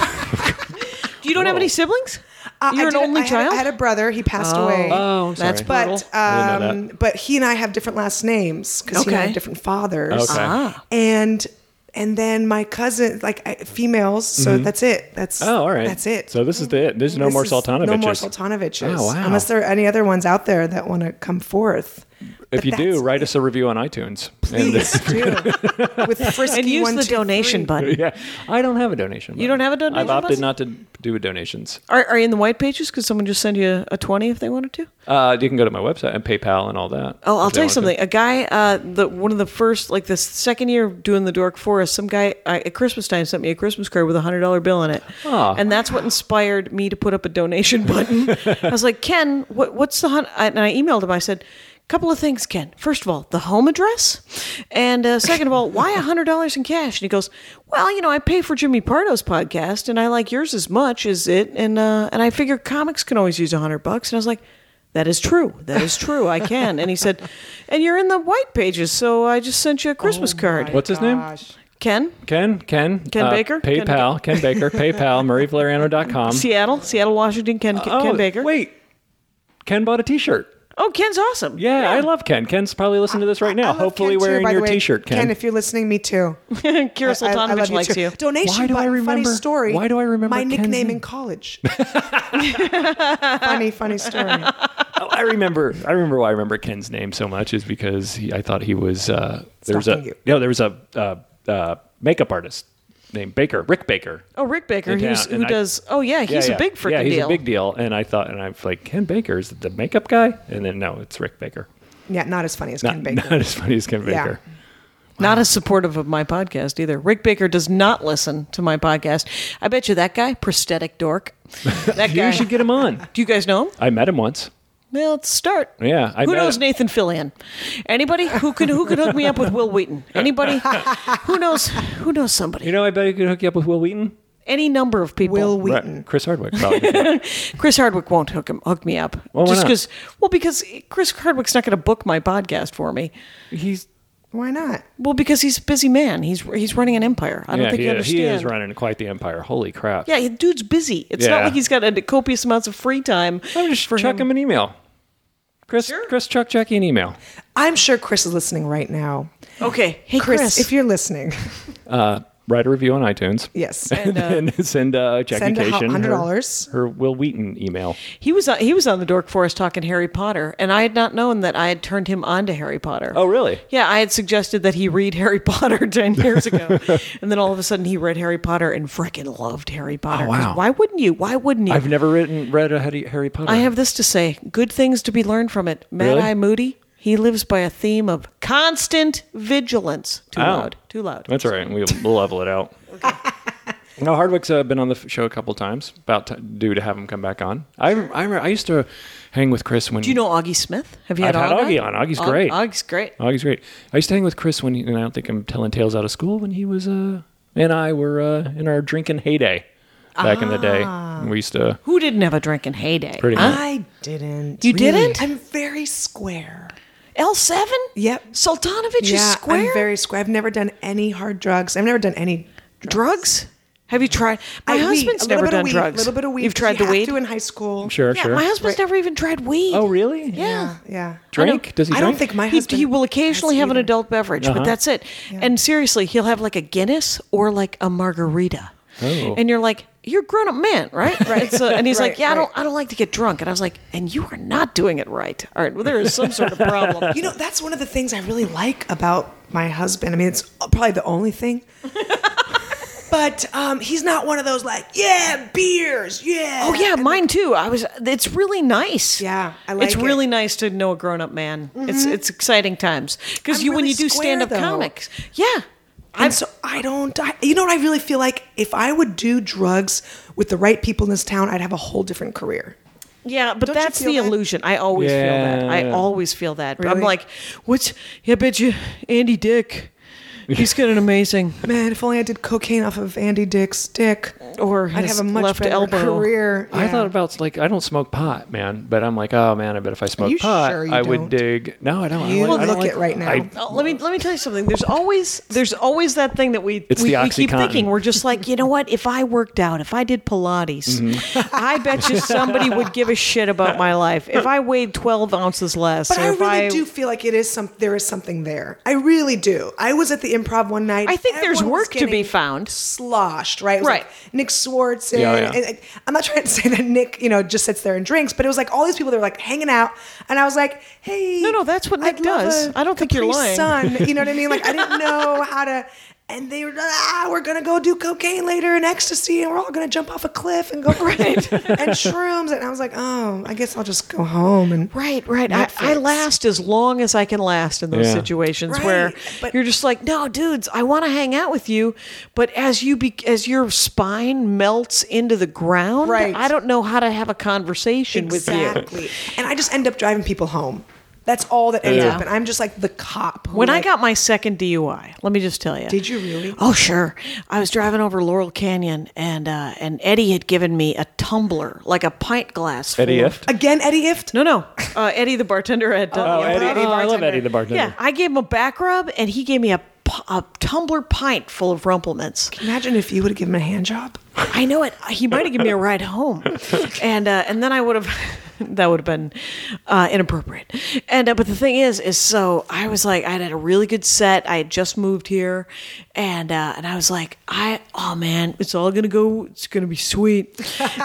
Speaker 1: You don't have any siblings?
Speaker 3: Uh,
Speaker 1: You're
Speaker 3: I
Speaker 1: an
Speaker 3: did- I
Speaker 1: only
Speaker 3: had a-
Speaker 1: child. Uh,
Speaker 3: I had a brother. He passed away.
Speaker 2: Oh, I'm
Speaker 1: That's
Speaker 2: sorry.
Speaker 3: but
Speaker 2: I didn't know
Speaker 3: um, but he and I have different last names because he and I
Speaker 1: Okay.
Speaker 3: have different fathers.
Speaker 2: Okay.
Speaker 1: Ah.
Speaker 3: And and then my cousin, like I, females. So that's it. That's
Speaker 2: Oh, all right.
Speaker 3: That's it.
Speaker 2: So this is the it. There's no
Speaker 3: This
Speaker 2: more
Speaker 3: is-
Speaker 2: Sultanoviches.
Speaker 3: No more Sultanoviches.
Speaker 2: Oh, wow.
Speaker 3: Unless there are any other ones out there that want to come forth.
Speaker 2: If
Speaker 3: But
Speaker 2: you do,
Speaker 3: that's
Speaker 2: write
Speaker 3: it.
Speaker 2: us a review on iTunes.
Speaker 3: Please do. With frisky
Speaker 1: and use
Speaker 3: one,
Speaker 1: the
Speaker 3: two,
Speaker 1: donation
Speaker 3: three.
Speaker 1: button.
Speaker 2: And, yeah, I don't have a donation.
Speaker 1: You don't have a
Speaker 2: I've
Speaker 1: donation
Speaker 2: opted
Speaker 1: button?
Speaker 2: not to do donations.
Speaker 1: Are, are you in the white pages? Could someone just send you a 20 if they wanted to?
Speaker 2: Uh, you can go to my website and PayPal and all that.
Speaker 1: Oh, I'll
Speaker 2: if they
Speaker 1: tell you
Speaker 2: want to.
Speaker 1: something. A guy, uh, the one of the first, like the second year of doing the Dork Forest, some guy uh, at Christmas time sent me a Christmas card with a hundred dollar bill in it,
Speaker 2: Aw.
Speaker 1: and that's what inspired me to put up a donation button. I was like, Ken, what, what's the? Hun-? I- And I emailed him. I said, couple of things, Ken. First of all, the home address, and uh, second of all, why a hundred dollars in cash? And he goes, Well, you know, I pay for Jimmy Pardo's podcast, and I like yours as much as it, and uh, and I figure comics can always use a hundred bucks. And I was like. That is true. That is true. I can. And he said, and you're in the white pages, so I just sent you a
Speaker 2: Oh
Speaker 1: Christmas
Speaker 3: Oh
Speaker 1: card.
Speaker 2: What's his name?
Speaker 1: Ken,
Speaker 2: Ken. Ken. uh,
Speaker 1: Ken Baker? Ken-
Speaker 2: PayPal. Ken, Baker. PayPal. MurrayValeriano.com.
Speaker 1: Seattle, Seattle, Washington, Ken, Ken,
Speaker 2: oh,
Speaker 1: Baker.
Speaker 2: Wait. Ken bought a T-shirt.
Speaker 1: Oh, Ken's awesome.
Speaker 2: Yeah, I love Ken. Ken's probably listening to this right
Speaker 3: I
Speaker 2: now.
Speaker 3: love
Speaker 2: Hopefully
Speaker 3: Ken too,
Speaker 2: wearing
Speaker 3: by the
Speaker 2: your
Speaker 3: way.
Speaker 2: T-shirt, Ken.
Speaker 3: if you're listening, me too.
Speaker 1: Kira
Speaker 3: I- I
Speaker 1: Sultanovich
Speaker 3: love
Speaker 1: likes
Speaker 3: too.
Speaker 1: you.
Speaker 3: Donation
Speaker 2: Why do I
Speaker 3: button,
Speaker 2: remember-
Speaker 3: Funny story.
Speaker 2: why do I remember
Speaker 3: my
Speaker 2: Ken's
Speaker 3: nickname
Speaker 2: name?
Speaker 3: in college? funny, funny story.
Speaker 2: Oh, I remember. I remember why I remember Ken's name so much is because he, I thought he was uh, there was a
Speaker 3: Stalking you.
Speaker 2: no there was a uh, uh, makeup artist named Baker Rick Baker.
Speaker 1: Oh, Rick Baker,
Speaker 2: In
Speaker 1: who's,
Speaker 2: town,
Speaker 1: who
Speaker 2: and I-
Speaker 1: does. Oh, yeah, he's
Speaker 2: Yeah,
Speaker 1: a big
Speaker 2: yeah.
Speaker 1: freaking
Speaker 2: yeah. He's
Speaker 1: deal.
Speaker 2: a big deal, and I thought, and I'm like, Ken Baker is the makeup guy, and then no, it's Rick Baker.
Speaker 3: Yeah, not as funny as
Speaker 2: Not,
Speaker 3: Ken Baker.
Speaker 2: not as funny as Ken
Speaker 3: Yeah.
Speaker 2: Baker.
Speaker 1: Not as supportive of my podcast either. Rick Baker does not listen to my podcast. I bet you that guy, prosthetic dork. That guy.
Speaker 2: You should get him on.
Speaker 1: Do you guys know him?
Speaker 2: I met him once.
Speaker 1: Well, let's start.
Speaker 2: Yeah, I
Speaker 1: who
Speaker 2: met-
Speaker 1: knows Nathan Fillion? Anybody who can who can hook me up with Will Wheaton? Anybody who knows who knows somebody?
Speaker 2: You know, I bet he could hook you up with Will Wheaton.
Speaker 1: Any number of people.
Speaker 3: Will Wheaton.
Speaker 2: Right. Chris Hardwick. Probably.
Speaker 1: Chris Hardwick won't hook him hook me up.
Speaker 2: Well, why
Speaker 1: just
Speaker 2: not?
Speaker 1: because well because Chris Hardwick's not going to book my podcast for me.
Speaker 2: he's
Speaker 3: Why not?
Speaker 1: Well, because he's a busy man. He's he's running an empire. I don't
Speaker 2: yeah,
Speaker 1: think
Speaker 2: he,
Speaker 1: you
Speaker 2: is,
Speaker 1: understand.
Speaker 2: he is running quite the empire. Holy crap!
Speaker 1: Yeah, the dude's busy. It's not
Speaker 2: Yeah.
Speaker 1: like he's got a copious amounts of free time.
Speaker 2: I'm just chuck him. an email. Chris, Chris, Chuck, Jackie, an email.
Speaker 3: I'm sure Chris is listening right now.
Speaker 1: Okay, hey Chris,
Speaker 3: Chris, if you're listening,
Speaker 2: Write a review on iTunes.
Speaker 3: yes.
Speaker 2: And then send uh, Jackie
Speaker 3: Send a hu-
Speaker 2: Cation her-
Speaker 3: $100.
Speaker 2: Her, Will Wheaton email.
Speaker 1: he was on, he was on the Dork Forest talking Harry Potter, and I had not known that I had turned him on to Harry Potter.
Speaker 2: Oh, really?
Speaker 1: Yeah, I had suggested that he read Harry Potter 10 years ago. and then all of a sudden he read Harry Potter and freaking loved Harry Potter.
Speaker 2: Oh, wow.
Speaker 1: 'Cause Why wouldn't you? Why wouldn't you?
Speaker 2: I've never written read a Harry, Harry Potter.
Speaker 1: I have this to say good things to be learned from it. Mad
Speaker 2: Really?
Speaker 1: Eye Moody, he lives by a theme of constant vigilance. Too
Speaker 2: Oh.
Speaker 1: loud. Too loud.
Speaker 2: That's all right. We'll, we'll level it out. No, Hardwick's uh, been on the f- show a couple times. About t- due to have him come back on. I I, I used to hang with Chris when
Speaker 1: Do you know Augie Smith? Have you had,
Speaker 2: I've had
Speaker 1: Augie
Speaker 2: Augie on. Augie's great.
Speaker 1: Augie's great.
Speaker 2: Oh, he's great. I used to hang with Chris when, he, and I don't think I'm telling tales out of school, when he was, uh, and I were uh, in our drinking heyday back in the
Speaker 3: Ah.
Speaker 2: day. We used to,
Speaker 1: Who didn't have a drinking heyday?
Speaker 2: pretty much.
Speaker 3: I didn't.
Speaker 1: You didn't?
Speaker 3: I'm very square.
Speaker 1: L seven.
Speaker 3: Yep.
Speaker 1: Sultanovich is square.
Speaker 3: I'm very square. I've never done any hard drugs. I've never done any
Speaker 1: drugs. Have you tried? My
Speaker 3: Like weed,
Speaker 1: husband's
Speaker 3: a little
Speaker 1: never
Speaker 3: bit of
Speaker 1: done
Speaker 3: weed,
Speaker 1: drugs.
Speaker 3: A little bit of weed.
Speaker 1: You've tried
Speaker 3: you
Speaker 1: the
Speaker 3: have
Speaker 1: weed.
Speaker 3: to in high school.
Speaker 2: sure,
Speaker 1: yeah,
Speaker 2: sure.
Speaker 1: my husband's never even tried weed.
Speaker 2: oh, really?
Speaker 1: yeah.
Speaker 2: Yeah.
Speaker 3: Yeah.
Speaker 2: Drink? Does he
Speaker 3: I
Speaker 2: drink?
Speaker 3: don't think my
Speaker 1: He-
Speaker 3: husband.
Speaker 1: he, will occasionally
Speaker 3: has
Speaker 1: have an
Speaker 3: either.
Speaker 1: adult beverage, but that's it. And seriously, he'll have like a Guinness or like a margarita.
Speaker 2: Oh.
Speaker 1: And you're like, you're a grown up man, right? Right. It's a, and he's like,
Speaker 3: Right,
Speaker 1: yeah, I don't,
Speaker 3: right.
Speaker 1: I don't like to get drunk. And I was like, and you are not doing it right. All right. Well, there is some sort of problem.
Speaker 3: You know, that's one of the things I really like about my husband. I mean, it's probably the only thing. but um, he's not one of those like, yeah, beers, yeah.
Speaker 1: Oh yeah, mine too. I was. It's really nice.
Speaker 3: Yeah, I
Speaker 1: It's
Speaker 3: like it. Mm-hmm.
Speaker 1: really nice to know a grown-up man. It's it's exciting times because
Speaker 3: I'm
Speaker 1: you when
Speaker 3: really
Speaker 1: you do
Speaker 3: square,
Speaker 1: stand-up
Speaker 3: though.
Speaker 1: comics, yeah.
Speaker 3: And so I don't. I, you know what? I really feel like if I would do drugs with the right people in this town, I'd have a whole different career.
Speaker 1: Yeah, but
Speaker 3: Don't you
Speaker 1: that's
Speaker 3: feel
Speaker 1: the
Speaker 3: that?
Speaker 1: illusion. I always feel that. I
Speaker 2: Yeah.
Speaker 1: always feel that. I'm
Speaker 3: Really?
Speaker 1: like, what's? I bet you, Andy Dick. He's got an amazing,
Speaker 3: Man, if only I did cocaine off of Andy Dick's dick,
Speaker 1: or
Speaker 3: I'd
Speaker 1: his
Speaker 3: have a much
Speaker 1: left
Speaker 3: better
Speaker 1: elbow.
Speaker 3: career.
Speaker 2: I
Speaker 3: Yeah.
Speaker 2: thought about, like, I don't smoke pot, man, but I'm like, oh, man, I bet if I smoked
Speaker 3: you
Speaker 2: pot,
Speaker 3: sure you
Speaker 2: I would
Speaker 3: don't?
Speaker 2: dig. No, I don't.
Speaker 3: You
Speaker 2: I don't, like- I
Speaker 3: look
Speaker 2: don't like,
Speaker 3: it right now.
Speaker 2: I-
Speaker 1: Oh, let me let me tell you something. There's always there's always that thing that we
Speaker 2: It's
Speaker 1: we,
Speaker 2: the
Speaker 1: we keep
Speaker 2: OxyContin.
Speaker 1: thinking. We're just like, you know what? If I worked out, if I did Pilates,
Speaker 2: Mm-hmm.
Speaker 1: I bet you somebody would give a shit about my life. If I weighed 12 ounces less,
Speaker 3: But
Speaker 1: or
Speaker 3: I
Speaker 1: if
Speaker 3: really
Speaker 1: I
Speaker 3: do feel like it is some. There is something there. I really do. I was at the improv one night.
Speaker 1: I think there's
Speaker 3: Everyone was
Speaker 1: work to be
Speaker 3: getting
Speaker 1: found.
Speaker 3: Sloshed, right? It was
Speaker 1: Right.
Speaker 3: Like Nick Swartzen.
Speaker 2: Yeah, yeah.
Speaker 3: and, like, I'm not trying to say that Nick, you know, just sits there and drinks, but it was like all these people that were like hanging out, and I was like, hey,
Speaker 1: No, no, that's what Nick
Speaker 3: I'd love
Speaker 1: does.
Speaker 3: a
Speaker 1: I don't think you're
Speaker 3: Capri
Speaker 1: lying.
Speaker 3: Sun. You know what I mean? Like I didn't know how to. And they were ah, we're gonna go do cocaine later and ecstasy, and we're all gonna jump off a cliff and go right and shrooms. And I was like, oh, I guess I'll just go home and
Speaker 1: Right, right. I, I
Speaker 3: Netflix.
Speaker 1: last as long as I can last in those
Speaker 2: Yeah.
Speaker 1: situations where
Speaker 3: Right, but-
Speaker 1: you're just like, no, dudes, I want to hang out with you, but as you be, as your spine melts into the ground,
Speaker 3: Right.
Speaker 1: I don't know how to have a conversation with you.
Speaker 3: exactly. And I just end up driving people home. That's all that ends
Speaker 1: Yeah.
Speaker 3: up. And I'm just like the cop. who,
Speaker 1: When I
Speaker 3: like-
Speaker 1: got my second DUI, let me just tell you.
Speaker 3: Did you really?
Speaker 1: Oh sure. I was driving over Laurel Canyon, and uh, and Eddie had given me a tumbler, like a pint glass. full
Speaker 2: Eddie
Speaker 1: of-
Speaker 2: Ift?
Speaker 3: again, Eddie Ift.
Speaker 1: No, no. Uh, Eddie the bartender had done.
Speaker 2: Oh,
Speaker 1: the
Speaker 2: Eddie.
Speaker 1: improv.
Speaker 2: Oh, I love Eddie the bartender.
Speaker 1: Yeah, I gave him a back rub, and he gave me a, p- a tumbler pint full of rumplements.
Speaker 3: Imagine if you would have given him a hand job.
Speaker 1: I know it. He might have given me a ride home, and uh, and then I would have. That would have been uh, inappropriate. And uh, but the thing is, is so I was like, I had a really good set. I had just moved here, and uh, and I was like, I oh man, it's all gonna go. It's gonna be sweet.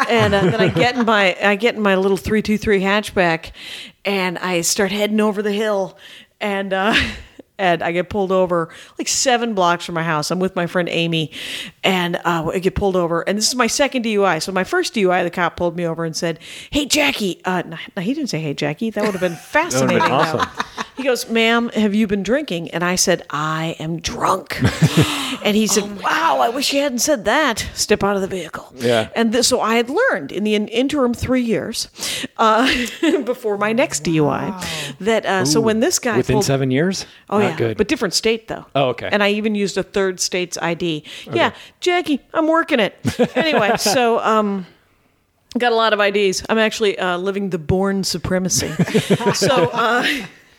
Speaker 1: and uh, then I get in my I get in my little three two three hatchback, and I start heading over the hill, and. Uh, and I get pulled over like seven blocks from my house. I'm with my friend Amy, and uh, I get pulled over. And this is my second DUI. So my first DUI, the cop pulled me over and said, "Hey Jackie." Uh, no, no, he didn't say "Hey Jackie." That would have been fascinating. though.
Speaker 2: awesome.
Speaker 1: He goes, "Ma'am, have you been drinking?" And I said, "I am drunk." and he said, "Wow, I wish you hadn't said that. Step out of the vehicle."
Speaker 2: Yeah.
Speaker 1: And this, so I had learned in the in- interim three years uh, before my next DUI that uh, so when this guy
Speaker 2: Within
Speaker 1: pulled,
Speaker 2: seven years?
Speaker 1: Oh
Speaker 2: Not
Speaker 1: yeah,
Speaker 2: good.
Speaker 1: but different state though.
Speaker 2: Oh, okay.
Speaker 1: And I even used a third state's ID. Yeah, Jackie, I'm working it. anyway, so um, got a lot of IDs. I'm actually uh, living the born supremacy. so uh,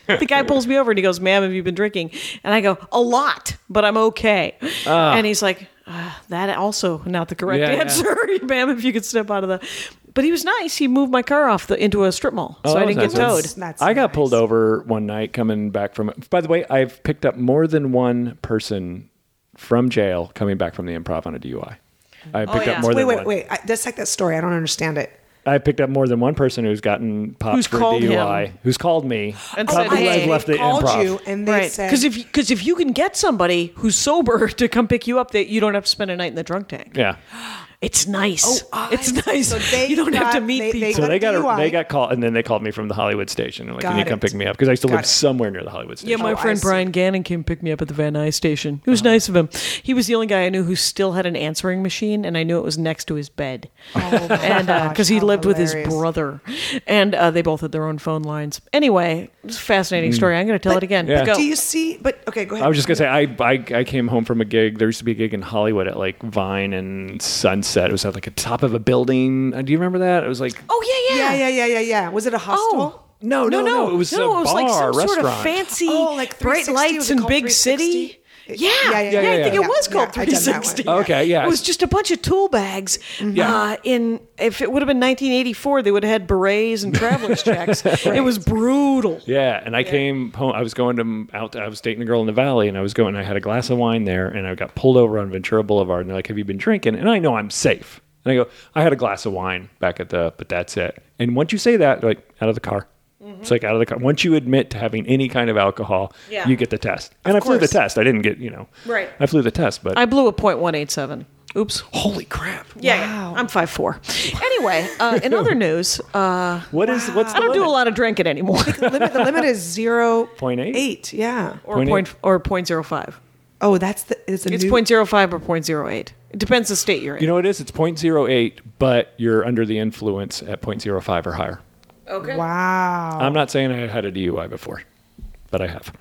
Speaker 1: the guy pulls me over and he goes, "Ma'am, have you been drinking?" And I go, "A lot, but I'm okay." and he's like, uh, "That also not the correct
Speaker 2: Ah. Yeah, yeah.
Speaker 1: answer, ma'am. If you could step out of the." But he was nice. He moved my car off the, into a strip mall, so
Speaker 2: Oh, that
Speaker 1: I
Speaker 2: was
Speaker 1: didn't get
Speaker 2: nice.
Speaker 1: towed.
Speaker 3: That's
Speaker 2: I got
Speaker 3: nice.
Speaker 2: pulled over one night coming back from. By the way, I've picked up more than one person from jail coming back from the improv on a DUI. I picked
Speaker 1: yeah.
Speaker 2: up more
Speaker 3: Oh, Wait,
Speaker 2: than
Speaker 3: wait,
Speaker 2: one.
Speaker 3: wait. I, that's like that story. I don't understand it.
Speaker 2: I picked up more than one person who's gotten popped
Speaker 1: Who's
Speaker 2: for
Speaker 1: called
Speaker 2: DUI,
Speaker 1: him.
Speaker 2: who's called me,
Speaker 1: And
Speaker 2: Called
Speaker 1: said,
Speaker 2: me, I've
Speaker 1: "Hey,
Speaker 2: left the
Speaker 3: called
Speaker 2: improv.
Speaker 3: you and they
Speaker 1: Right.
Speaker 3: said
Speaker 1: Because if because if you can get somebody who's sober to come pick you up, that you don't have to spend a night in the drunk tank.
Speaker 2: Yeah,
Speaker 1: It's nice.
Speaker 3: Oh, I
Speaker 1: it's
Speaker 3: see.
Speaker 1: nice.
Speaker 3: So they
Speaker 1: you don't have to
Speaker 3: got-
Speaker 1: meet
Speaker 3: they- they
Speaker 1: people.
Speaker 2: so
Speaker 3: got
Speaker 2: they
Speaker 3: a
Speaker 2: got a,
Speaker 3: DUI.
Speaker 2: they got called, and then they called me from the Hollywood station. and like, can
Speaker 3: Got
Speaker 2: you come
Speaker 3: it.
Speaker 2: pick me up? Because I used to
Speaker 3: Got
Speaker 2: live
Speaker 3: it.
Speaker 2: somewhere near the Hollywood
Speaker 1: Yeah,
Speaker 2: station.
Speaker 1: my
Speaker 3: Oh, I
Speaker 1: friend
Speaker 3: see. Uh-huh.
Speaker 1: Brian Gannon came pick me up at the Van Nuys station. It was nice of him. He was the only guy I knew who still had an answering machine, and I knew it was next to his bed.
Speaker 3: Oh,
Speaker 1: and
Speaker 3: gosh,
Speaker 1: because he
Speaker 3: how
Speaker 1: lived with his
Speaker 3: hilarious.
Speaker 1: brother, and uh, they both had their own phone lines. Anyway, it's a fascinating story. I'm going to tell it again.
Speaker 2: Yeah.
Speaker 1: Go.
Speaker 3: Do you see? But okay, go ahead.
Speaker 2: I was just gonna say I, I I came home from a gig. There used to be a gig in Hollywood at like Vine and Sunset. It was at like the top of a building. Uh, Do you remember that? It was like
Speaker 1: oh yeah, yeah,
Speaker 3: yeah, yeah, yeah, yeah, yeah. Was it a hostel?
Speaker 1: Oh.
Speaker 2: no, no, no. It was
Speaker 1: no,
Speaker 2: a
Speaker 1: it was like
Speaker 2: bar,
Speaker 1: some sort of
Speaker 2: restaurant.
Speaker 1: fancy,
Speaker 3: Oh, like
Speaker 1: bright
Speaker 3: 360,
Speaker 1: lights
Speaker 3: was it
Speaker 1: in
Speaker 3: called
Speaker 1: big city. Yeah.
Speaker 3: 360? Yeah,
Speaker 1: yeah,
Speaker 3: yeah,
Speaker 2: yeah,
Speaker 1: I think
Speaker 2: yeah.
Speaker 1: it was
Speaker 3: Yeah,
Speaker 1: called
Speaker 3: yeah, I done that
Speaker 1: 360.
Speaker 3: one.
Speaker 2: Okay, yeah. Mm-hmm.
Speaker 1: It was just a bunch of tool bags. Uh, in if it would have been 1984, they would have had berets and traveler's checks. It was brutal.
Speaker 2: Yeah, and I came home. I was going to out. I was dating a girl in the valley, and I was going. I had a glass of wine there, and I got pulled over on Ventura Boulevard, and they're like, "Have you been drinking?" And I know I'm safe. And I go, "I had a glass of wine back at the, but that's it." And once you say that, they're like, out of the car.
Speaker 1: Mm-hmm.
Speaker 2: It's like out of the car. Once you admit to having any kind of alcohol,
Speaker 1: Yeah.
Speaker 2: you get the test. And I flew the
Speaker 1: course.
Speaker 2: test. I didn't get, you know,
Speaker 1: Right.
Speaker 2: I flew the test, but
Speaker 1: I blew a .187. Oops.
Speaker 2: holy crap!
Speaker 1: Yeah, yeah. I'm five four. Anyway, uh, in other news, uh,
Speaker 2: What is what's the
Speaker 1: I don't do a
Speaker 2: limit?
Speaker 1: lot of drinking anymore,
Speaker 3: limit, the limit is zero
Speaker 2: Point eight?
Speaker 3: eight. Yeah.
Speaker 1: or
Speaker 2: Point
Speaker 1: point,
Speaker 2: eight.
Speaker 1: or point zero five.
Speaker 3: Oh, that's the. It's a
Speaker 1: It's
Speaker 3: new.
Speaker 1: point zero five or point zero eight. It depends the state you're in.
Speaker 2: You know what it is? It's 0.08, but you're under the influence at 0.05 or higher.
Speaker 1: okay.
Speaker 3: Wow.
Speaker 2: I'm not saying I had a DUI before, but I have.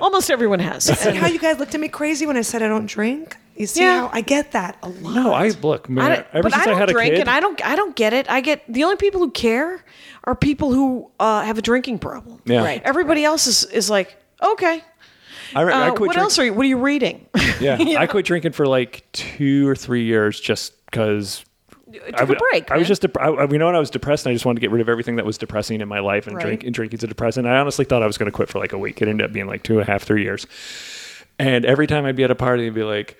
Speaker 1: Almost everyone has.
Speaker 3: See how you guys looked at me crazy when I said I don't drink? You see
Speaker 1: Yeah.
Speaker 3: how I get that a lot.
Speaker 2: No, I look,
Speaker 1: I
Speaker 2: man.
Speaker 1: don't-
Speaker 2: ever
Speaker 1: but
Speaker 2: since
Speaker 1: I
Speaker 2: I,
Speaker 1: don't
Speaker 2: had a
Speaker 1: drink,
Speaker 2: kid,
Speaker 1: and I don't. I don't get it. I get the only people who care are people who uh, have a drinking problem.
Speaker 2: Yeah. Right.
Speaker 1: Everybody else is is like, okay.
Speaker 2: I, re- I
Speaker 1: Uh,
Speaker 2: quit
Speaker 1: what
Speaker 2: drink-
Speaker 1: else are you? What are you reading?
Speaker 2: Yeah, I quit drinking for like two or three years just because.
Speaker 1: Take
Speaker 2: I
Speaker 1: a
Speaker 2: w-
Speaker 1: break.
Speaker 2: I was
Speaker 1: man.
Speaker 2: just, dep- I, I- you know, what I was depressed, and I just wanted to get rid of everything that was depressing in my life, and
Speaker 3: Right.
Speaker 2: drink and drinking's a depressant. I honestly thought I was going to quit for like a week. It ended up being like two and a half, three years. And every time I'd be at a party, they'd be like,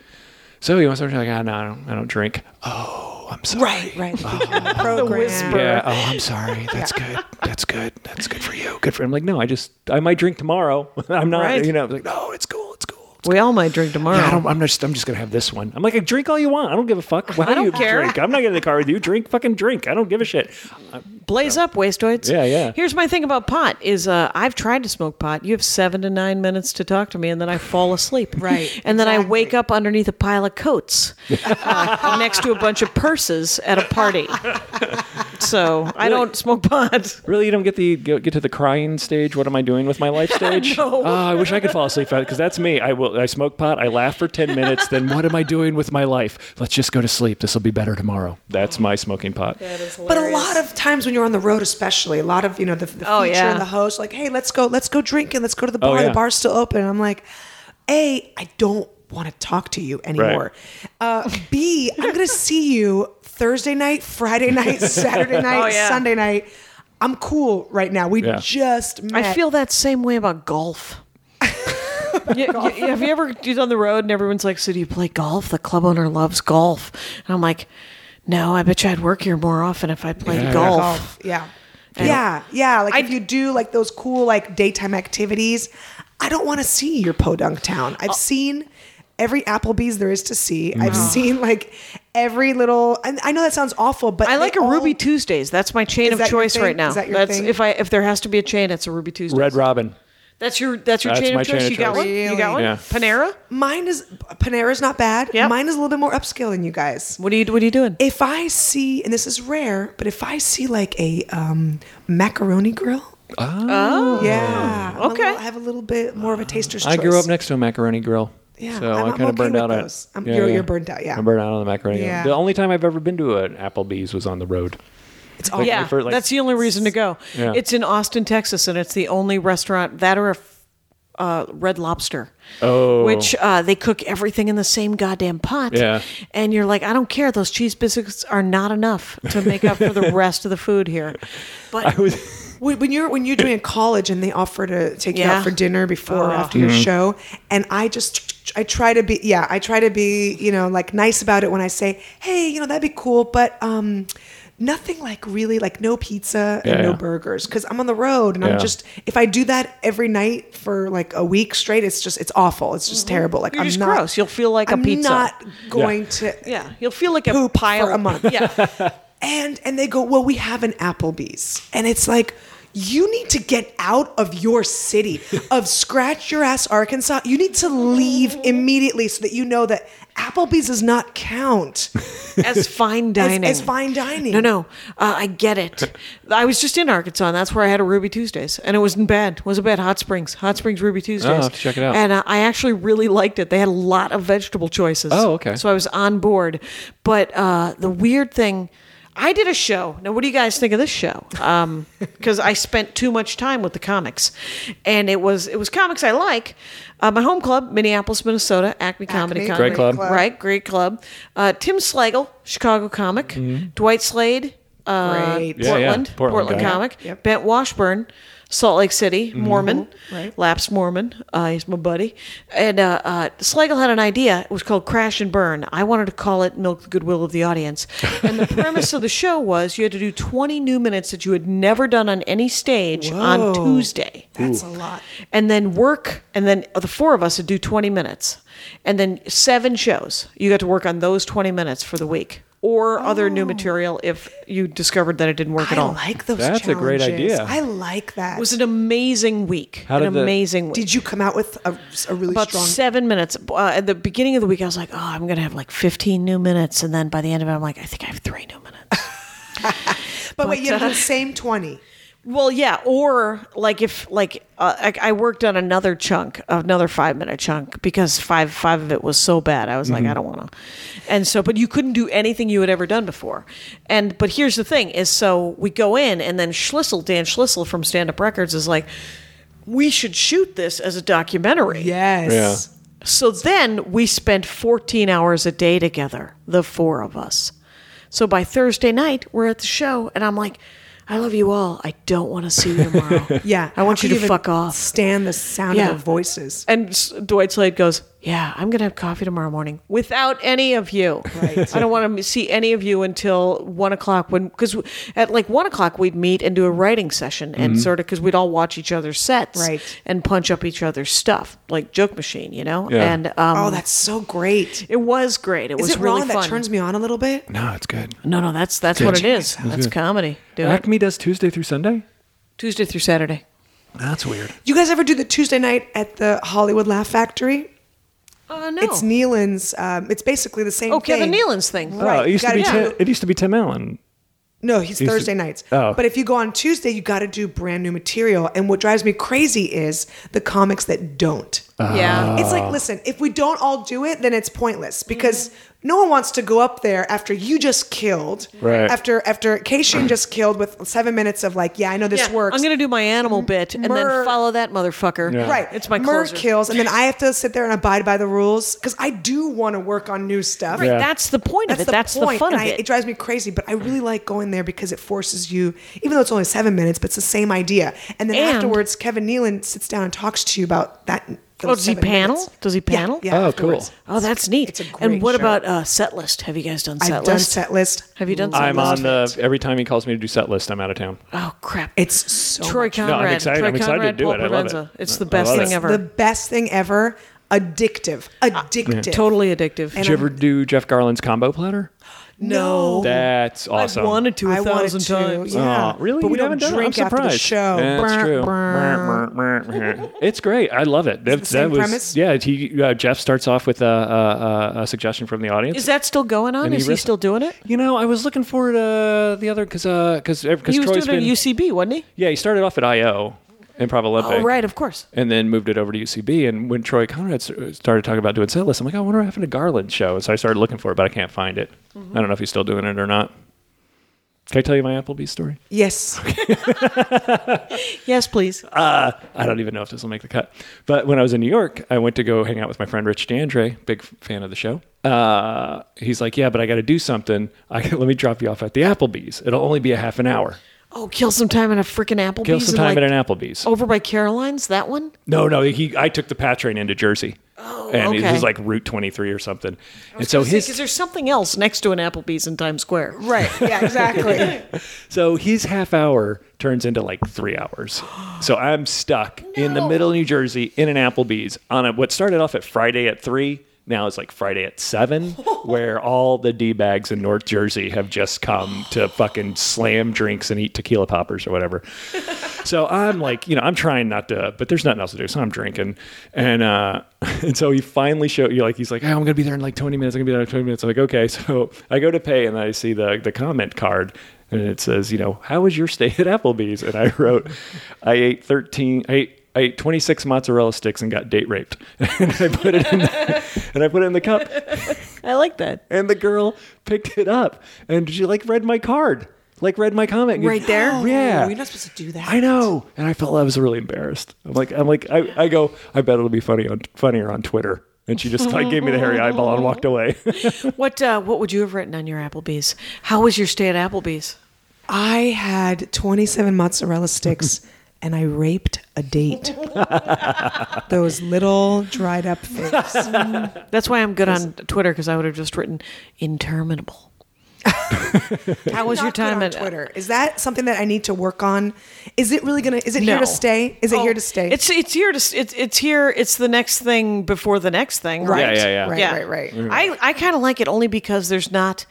Speaker 2: "So you want something?" Like, ah, no, I don't, I don't drink. Oh, I'm sorry.
Speaker 3: Right, right. Program.
Speaker 1: whisper.
Speaker 2: Yeah. Oh, I'm sorry. That's good. That's good. That's good for you. Good for. I'm like, no, I just, I might drink tomorrow. I'm not,
Speaker 1: Right.
Speaker 2: you know, like, no, it's cool. It's cool.
Speaker 1: We all might drink tomorrow.
Speaker 3: Oh.
Speaker 2: Yeah, I don't, I'm just, I'm just gonna have this one. I'm like, drink all you want. I don't give a fuck. Why
Speaker 1: I don't
Speaker 2: you
Speaker 1: care.
Speaker 2: drink? I'm not getting in the car with you. Drink, fucking drink. I don't give a shit.
Speaker 1: Blaze up, wastoids.
Speaker 2: Yeah, yeah.
Speaker 1: Here's my thing about pot is uh, I've tried to smoke pot. You have seven to nine minutes to talk to me, and then I fall asleep.
Speaker 3: Right,
Speaker 1: And then I wake
Speaker 3: exactly.
Speaker 1: up underneath a pile of coats uh, next to a bunch of purses at a party. So I don't smoke pot.
Speaker 2: Really, you don't get the go- get to the crying stage. What am I doing with my life stage?
Speaker 1: No.
Speaker 2: Oh, I wish I could fall asleep because that's me. I will. I smoke pot. I laugh for ten minutes. Then what am I doing with my life? Let's just go to sleep. This will be better tomorrow. That's my smoking pot.
Speaker 3: But a lot of times when you're on the road, especially a lot of you know the, the
Speaker 1: Oh,
Speaker 3: feature
Speaker 1: yeah.
Speaker 3: and the host, like, hey, let's go, let's go drinking, let's go to the
Speaker 2: Oh,
Speaker 3: bar.
Speaker 2: yeah.
Speaker 3: The bar's still open. And I'm like, a, I don't want to talk to you anymore. Uh, B, I'm gonna see you Thursday night, Friday night, Saturday night,
Speaker 1: Oh, yeah.
Speaker 3: Sunday night. I'm cool right now. We
Speaker 2: Yeah.
Speaker 3: just met.
Speaker 1: I feel that same way about golf. You- you- have you ever been on the road and everyone's like, "So do you play golf?" The club owner loves golf, and I'm like, "No, I bet you I'd work here more often if I played
Speaker 2: Yeah.
Speaker 1: golf."
Speaker 3: golf. Yeah. Yeah. Yeah. Like if you do like those cool like daytime activities, I don't want to see your podunk town.
Speaker 1: Oh.
Speaker 3: I've seen every Applebee's there is to see. I've
Speaker 1: Mm.
Speaker 3: seen like every little and I know that sounds awful, but
Speaker 1: I like
Speaker 3: they
Speaker 1: a Ruby
Speaker 3: all-
Speaker 1: Tuesdays. That's my chain
Speaker 3: Is
Speaker 1: of
Speaker 3: that your
Speaker 1: choice
Speaker 3: thing?
Speaker 1: right now.
Speaker 3: Is that your
Speaker 1: that's
Speaker 3: thing?
Speaker 1: if I if there has to be a chain, it's a Ruby Tuesday.
Speaker 2: Red Robin.
Speaker 1: That's your that's your
Speaker 2: That's
Speaker 1: chain
Speaker 2: my
Speaker 1: of choice.
Speaker 2: chain of
Speaker 1: you got
Speaker 2: choice.
Speaker 1: one. You got one.
Speaker 2: Yeah.
Speaker 1: Panera.
Speaker 3: Mine is Panera's not bad.
Speaker 1: Yep.
Speaker 3: Mine is a little bit more upscale than you guys.
Speaker 1: What are you What are you doing?
Speaker 3: If I see, and this is rare, but if I see like a um, macaroni grill, oh yeah, I'm a
Speaker 1: okay.
Speaker 3: little- I have a little bit more of a taster's
Speaker 2: I
Speaker 3: choice.
Speaker 2: grew up next to a macaroni grill.
Speaker 3: Yeah,
Speaker 2: so
Speaker 3: I'm-
Speaker 2: i
Speaker 3: I'm
Speaker 2: kind of
Speaker 3: okay
Speaker 2: burned
Speaker 3: with
Speaker 2: out on
Speaker 3: those. I'm- you're- you're burnt out, yeah.
Speaker 2: I'm burnt out on the macaroni.
Speaker 3: Yeah.
Speaker 2: The only time I've ever been to an Applebee's was on the road.
Speaker 3: It's all
Speaker 1: yeah,
Speaker 2: Like, for, like-
Speaker 1: that's the only reason to go.
Speaker 2: Yeah.
Speaker 1: It's in Austin, Texas, and it's the only restaurant that or a f- uh, Red Lobster.
Speaker 2: Oh.
Speaker 1: which uh, they cook everything in the same goddamn pot.
Speaker 2: Yeah.
Speaker 1: and you're like, I don't care. Those cheese biscuits are not enough to make up for the rest of the food here. But
Speaker 3: When when you're when you're doing college and they offer to take you
Speaker 1: Yeah. Oh.
Speaker 3: out for dinner before or after your
Speaker 2: Mm-hmm.
Speaker 3: show, and I just I try to be yeah I try to be you know like nice about it when I say hey you know that'd be cool but um nothing like really like no pizza and
Speaker 2: Yeah,
Speaker 3: no
Speaker 2: yeah.
Speaker 3: burgers because I'm on the road and
Speaker 2: Yeah.
Speaker 3: I'm just if I do that every night for like a week straight, it's just it's awful. It's just terrible. Like
Speaker 1: Mm-hmm. You're
Speaker 3: I'm
Speaker 1: just
Speaker 3: not
Speaker 1: gross. You'll feel like a
Speaker 3: I'm
Speaker 1: pizza.
Speaker 3: not going to
Speaker 1: Yeah, you'll feel like a
Speaker 3: poop
Speaker 1: pile
Speaker 3: for a month.
Speaker 1: Yeah,
Speaker 3: And and they go, well, we have an Applebee's, and it's like. You need to get out of your city of scratch your ass Arkansas. You need to leave immediately so that you know that Applebee's does not count.
Speaker 1: as fine dining.
Speaker 3: as fine dining.
Speaker 1: No, no, uh, I get it. I was just in Arkansas, and that's where I had a Ruby Tuesdays, and it wasn't bad. It wasn't bad. Hot Springs, Hot Springs Ruby Tuesdays.
Speaker 2: Ah, have to check it out.
Speaker 1: And uh, I actually really liked it. They had a lot of vegetable choices.
Speaker 2: Oh, okay.
Speaker 1: So I was on board. But uh, the weird thing. I did a show. Now, what do you guys think of this show? Because I spent too much time with the comics, and it was it was comics I like. Uh, my home club, Minneapolis, Minnesota, Acme Comedy
Speaker 3: Acme
Speaker 1: Con.
Speaker 2: Great club.
Speaker 3: Club.
Speaker 1: right? Great club. Uh, Tim Slagle, Chicago comic. Dwight Slade, uh,
Speaker 3: Great.
Speaker 2: Mm-hmm.
Speaker 3: Yeah,
Speaker 2: yeah.
Speaker 1: Portland, Portland,
Speaker 2: Portland guy.
Speaker 1: comic.
Speaker 3: Yep.
Speaker 1: Bent Washburn, Salt Lake
Speaker 2: Mm-hmm.
Speaker 1: City, Mormon,
Speaker 3: Right.
Speaker 1: lapsed Mormon. Uh, he's my buddy. And uh, uh, Slagle had an idea. It was called Crash and Burn. I wanted to call it Milk the Goodwill of the Audience. And the premise of the show was you had to do 20 new minutes that you had never done on any stage on Tuesday
Speaker 3: That's a lot.
Speaker 1: and then work and then the four of us would do 20 minutes and then seven shows you got to work on those 20 minutes for the week or other new material if you discovered that it didn't work
Speaker 3: Oh.
Speaker 1: at
Speaker 3: I
Speaker 1: all
Speaker 3: like those.
Speaker 2: That's a great
Speaker 3: challenges.
Speaker 2: idea.
Speaker 3: I like that.
Speaker 1: it was an amazing week
Speaker 2: How
Speaker 1: an
Speaker 2: did the-
Speaker 1: amazing week
Speaker 3: Did you come out with a, a really
Speaker 1: about
Speaker 3: strong?
Speaker 1: seven minutes uh, at the beginning of the week i was like oh i'm gonna have like 15 new minutes and then by the end of it i'm like i think i have three new minutes
Speaker 3: but wait, you
Speaker 1: but,
Speaker 3: had the
Speaker 1: uh,
Speaker 3: same twenty.
Speaker 1: well yeah or like if like uh, I, I worked on another chunk another five minute chunk because five five of it was so bad i was like i don't want to and so but you couldn't do anything you had ever done before and but here's the thing is so we go in and then schlissel dan schlissel from stand up records is like we should shoot this as a documentary
Speaker 3: Yes.
Speaker 2: Yeah.
Speaker 1: so then we spent 14 hours a day together, the four of us. So by Thursday night, we're at the show, and I'm like, I love you all. I don't want to see you tomorrow.
Speaker 3: Yeah.
Speaker 1: I want
Speaker 3: How
Speaker 1: you
Speaker 3: could
Speaker 1: to
Speaker 3: even
Speaker 1: fuck off.
Speaker 3: Stand the sound
Speaker 1: Yeah.
Speaker 3: of their voices.
Speaker 1: And S- Dwight Slade goes, Yeah, I'm going to have coffee tomorrow morning without any of you. Right. I don't want to see any of you until one o'clock when, because at like one o'clock we'd meet and do a writing session and sort of, because we'd all watch each other's sets
Speaker 3: Right.
Speaker 1: and punch up each other's stuff, like Joke Machine, you know?
Speaker 2: Yeah.
Speaker 1: And, um,
Speaker 3: oh, that's so great.
Speaker 1: it was great. It
Speaker 3: Is
Speaker 1: was
Speaker 3: it
Speaker 1: really
Speaker 3: wrong
Speaker 1: fun.
Speaker 3: that turns me on a little bit?
Speaker 2: No, it's good.
Speaker 1: no, no, that's that's what it is. That's comedy. Do it
Speaker 2: Acme does Tuesday through Sunday.
Speaker 1: Tuesday through Saturday.
Speaker 2: That's weird.
Speaker 3: You guys ever do the Tuesday night at the Hollywood Laugh Factory?
Speaker 1: Oh no,
Speaker 3: It's Nealon's. Um, it's basically the same
Speaker 1: oh
Speaker 3: thing.
Speaker 1: Kevin Nealon's thing.
Speaker 3: Right.
Speaker 2: oh, it
Speaker 3: you
Speaker 2: used to
Speaker 3: gotta
Speaker 2: be.
Speaker 3: do-
Speaker 2: Tim, it used to be Tim Allen.
Speaker 3: No, he's
Speaker 2: He's-
Speaker 3: Thursday nights.
Speaker 2: Oh.
Speaker 3: But if you go on Tuesday, you got to do brand new material. And what drives me crazy is the comics that don't.
Speaker 1: Yeah,
Speaker 3: It's
Speaker 2: Ah.
Speaker 3: like, listen, if we don't all do it, then it's pointless because no one wants to go up there after you just killed,
Speaker 2: Right.
Speaker 3: after after Cation just killed with seven minutes of like, yeah, I know this
Speaker 1: Yeah,
Speaker 3: works.
Speaker 1: I'm gonna do my animal bit and
Speaker 3: Mer-
Speaker 1: then follow that motherfucker.
Speaker 2: Yeah.
Speaker 3: Right,
Speaker 1: It's my
Speaker 3: Mer
Speaker 1: closer.
Speaker 3: kills, and then I have to sit there and abide by the rules because I do want to work on new stuff.
Speaker 1: Right,
Speaker 2: Yeah.
Speaker 1: That's the point of it. that's the fun
Speaker 3: and
Speaker 1: of
Speaker 3: I,
Speaker 1: it.
Speaker 3: drives me crazy, but I really like going there because it forces you, even though it's only seven minutes, but it's the same idea. And then
Speaker 1: And-
Speaker 3: afterwards, Kevin Nealon sits down and talks to you about that. those
Speaker 1: Oh, does he
Speaker 3: seven
Speaker 1: panel?
Speaker 3: minutes.
Speaker 1: Does he
Speaker 3: Yeah,
Speaker 1: panel?
Speaker 3: Yeah.
Speaker 2: Oh, cool.
Speaker 3: afterwards.
Speaker 1: oh, that's neat.
Speaker 3: It's a great
Speaker 1: and what
Speaker 3: show.
Speaker 1: about uh, set list? Have you guys done set
Speaker 3: I've
Speaker 1: list?
Speaker 3: done set list.
Speaker 1: Have you done set
Speaker 2: I'm
Speaker 1: list?
Speaker 2: on the. Every time he calls me to do set list, I'm out of town.
Speaker 1: Oh crap!
Speaker 3: It's so
Speaker 1: Troy
Speaker 3: much-
Speaker 1: Conrad.
Speaker 2: No, I'm excited-
Speaker 1: Troy
Speaker 2: I'm excited to
Speaker 1: Conrad,
Speaker 2: do
Speaker 1: Paul
Speaker 2: it. I love it.
Speaker 1: Provenza. It's the
Speaker 2: I
Speaker 1: best
Speaker 2: love
Speaker 1: thing
Speaker 2: it.
Speaker 1: ever. Uh,
Speaker 3: the best thing ever. Addictive. Addictive.
Speaker 1: totally addictive.
Speaker 2: Did you ever do Jeff Garland's combo platter?
Speaker 3: No.
Speaker 2: That's awesome.
Speaker 1: I wanted to a
Speaker 3: I Oh. wanted
Speaker 1: thousand
Speaker 3: to,
Speaker 1: times.
Speaker 3: yeah.
Speaker 2: Aw, really?
Speaker 3: But
Speaker 2: You
Speaker 3: we don't
Speaker 2: haven't done it?
Speaker 3: drink
Speaker 2: I'm
Speaker 3: after the
Speaker 2: surprised.
Speaker 3: show.
Speaker 2: That's
Speaker 1: Brr,
Speaker 2: true. it's great. I love it. That,
Speaker 3: the same
Speaker 2: that was
Speaker 3: premise?
Speaker 2: yeah. He, uh, Jeff starts off with a, a, a- a suggestion from the audience.
Speaker 1: Is that still going on?
Speaker 2: And he
Speaker 1: Is he
Speaker 2: wrist-
Speaker 1: still doing it?
Speaker 2: you know, I was looking forward to the other uh, because because because
Speaker 1: He was
Speaker 2: Troy's
Speaker 1: doing it at
Speaker 2: been
Speaker 1: UCB, wasn't he?
Speaker 2: yeah. He started off at IO Improv Olympic.
Speaker 1: Oh, right, of course.
Speaker 2: and then moved it over to UCB. And when Troy Conrad s- started talking about doing set lists, I'm like, I wonder what happened to Garland show. And so I started looking for it, but I can't find it.
Speaker 1: Mm-hmm.
Speaker 2: I don't know if he's still doing it or not. Can I tell you my Applebee's story?
Speaker 3: Yes.
Speaker 1: Yes, please.
Speaker 2: I don't even know if this will make the cut. But when I was in New York, I went to go hang out with my friend Rich Dandre, big f- fan of the show. Uh, he's like, yeah, but I got to do something. I, let me drop you off at the Applebee's. It'll only be a half an hour.
Speaker 1: Oh, kill some time in a freaking Applebee's.
Speaker 2: Kill some
Speaker 1: and,
Speaker 2: time
Speaker 1: like, Oh.
Speaker 2: at an Applebee's.
Speaker 1: Over by Caroline's, that one.
Speaker 2: No, no, he. I took the PAT train into Jersey. Oh, and it
Speaker 1: okay.
Speaker 2: was like Route 23 or something. And so his
Speaker 1: because there's something else next to an Applebee's in Times Square.
Speaker 3: Right. Yeah, exactly.
Speaker 2: So his half hour turns into like three hours. So I'm stuck in the middle of New Jersey in an Applebee's on a, what started off at Friday at three. Now it's like Friday at seven, where all the D bags in North Jersey have just come to fucking slam drinks and eat tequila poppers or whatever. So I'm like, you know, I'm trying not to, but there's nothing else to do. So I'm drinking. And uh and so he finally showed you like he's like, oh, I'm gonna be there in like 20 minutes, I'm gonna be there in 20 minutes. I'm like, okay. So I go to pay and I see the the comment card and it says, you know, how was your stay at Applebee's? And I wrote, I ate 13, I ate I ate 26 mozzarella sticks and got date raped. and I put it in the, and I put it in the cup.
Speaker 1: I like that.
Speaker 2: And the girl picked it up and she like read my card. Like read my comment.
Speaker 1: Right there?
Speaker 2: Yeah.
Speaker 3: We're Oh, not supposed to do that.
Speaker 2: I know, and I felt I was really embarrassed. I'm like, I'm like, I, I go, I bet it'll be funny on funnier on Twitter. And she just like gave me the hairy eyeball and walked away.
Speaker 1: What uh, What would you have written on your Applebee's? How was your stay at Applebee's?
Speaker 3: I had 27 mozzarella sticks and I raped a date. Those little dried up figs.
Speaker 1: That's why I'm good on Twitter because I would have just written interminable. How was your
Speaker 3: Not good
Speaker 1: time
Speaker 3: on
Speaker 1: at
Speaker 3: Twitter? Is that something that I need to work on? Is it really gonna? Is it here
Speaker 1: No. Oh,
Speaker 3: to stay? Is it here to stay?
Speaker 1: It's it's here to s- it's it's here. It's the next thing before the next thing. Right.
Speaker 2: Yeah, yeah, yeah.
Speaker 3: Right,
Speaker 1: Yeah.
Speaker 3: right, right.
Speaker 1: I, I kind of like it only because there's not,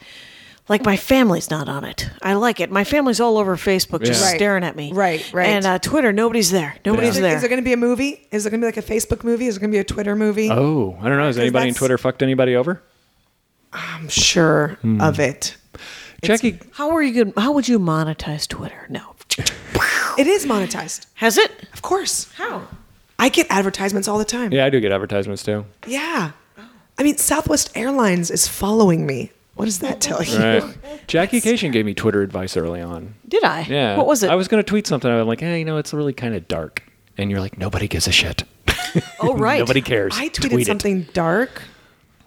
Speaker 1: like, my family's not on it. I like it. My family's all over Facebook just
Speaker 2: Yeah.
Speaker 3: Right.
Speaker 1: staring at me.
Speaker 3: Right, right.
Speaker 1: And uh, Twitter, nobody's there. Nobody's
Speaker 3: Is
Speaker 1: there.
Speaker 3: there, is there going to be a movie? Is there going to be like a Facebook movie? Is there going to be a Twitter movie?
Speaker 2: oh, I don't know. Has anybody on
Speaker 3: that's-
Speaker 2: Twitter fucked anybody over?
Speaker 3: I'm sure
Speaker 2: Hmm.
Speaker 3: of it.
Speaker 2: Jackie,
Speaker 1: how are you going? How would you monetize Twitter? No.
Speaker 3: It is monetized,
Speaker 1: Has it?
Speaker 3: of course.
Speaker 1: How?
Speaker 3: I get advertisements all the time.
Speaker 2: yeah, I do get advertisements too.
Speaker 3: Yeah. I mean, Southwest Airlines is following me. What does that tell you?
Speaker 2: Right. Jackie Cation gave me Twitter advice early on.
Speaker 1: Did I?
Speaker 2: Yeah.
Speaker 1: What was it?
Speaker 2: I was going to tweet something. I'm like, hey, you know, it's really kind of dark. And you're like, nobody gives a shit.
Speaker 1: oh, right.
Speaker 2: Nobody cares.
Speaker 3: I tweeted
Speaker 2: Tweet it.
Speaker 3: something dark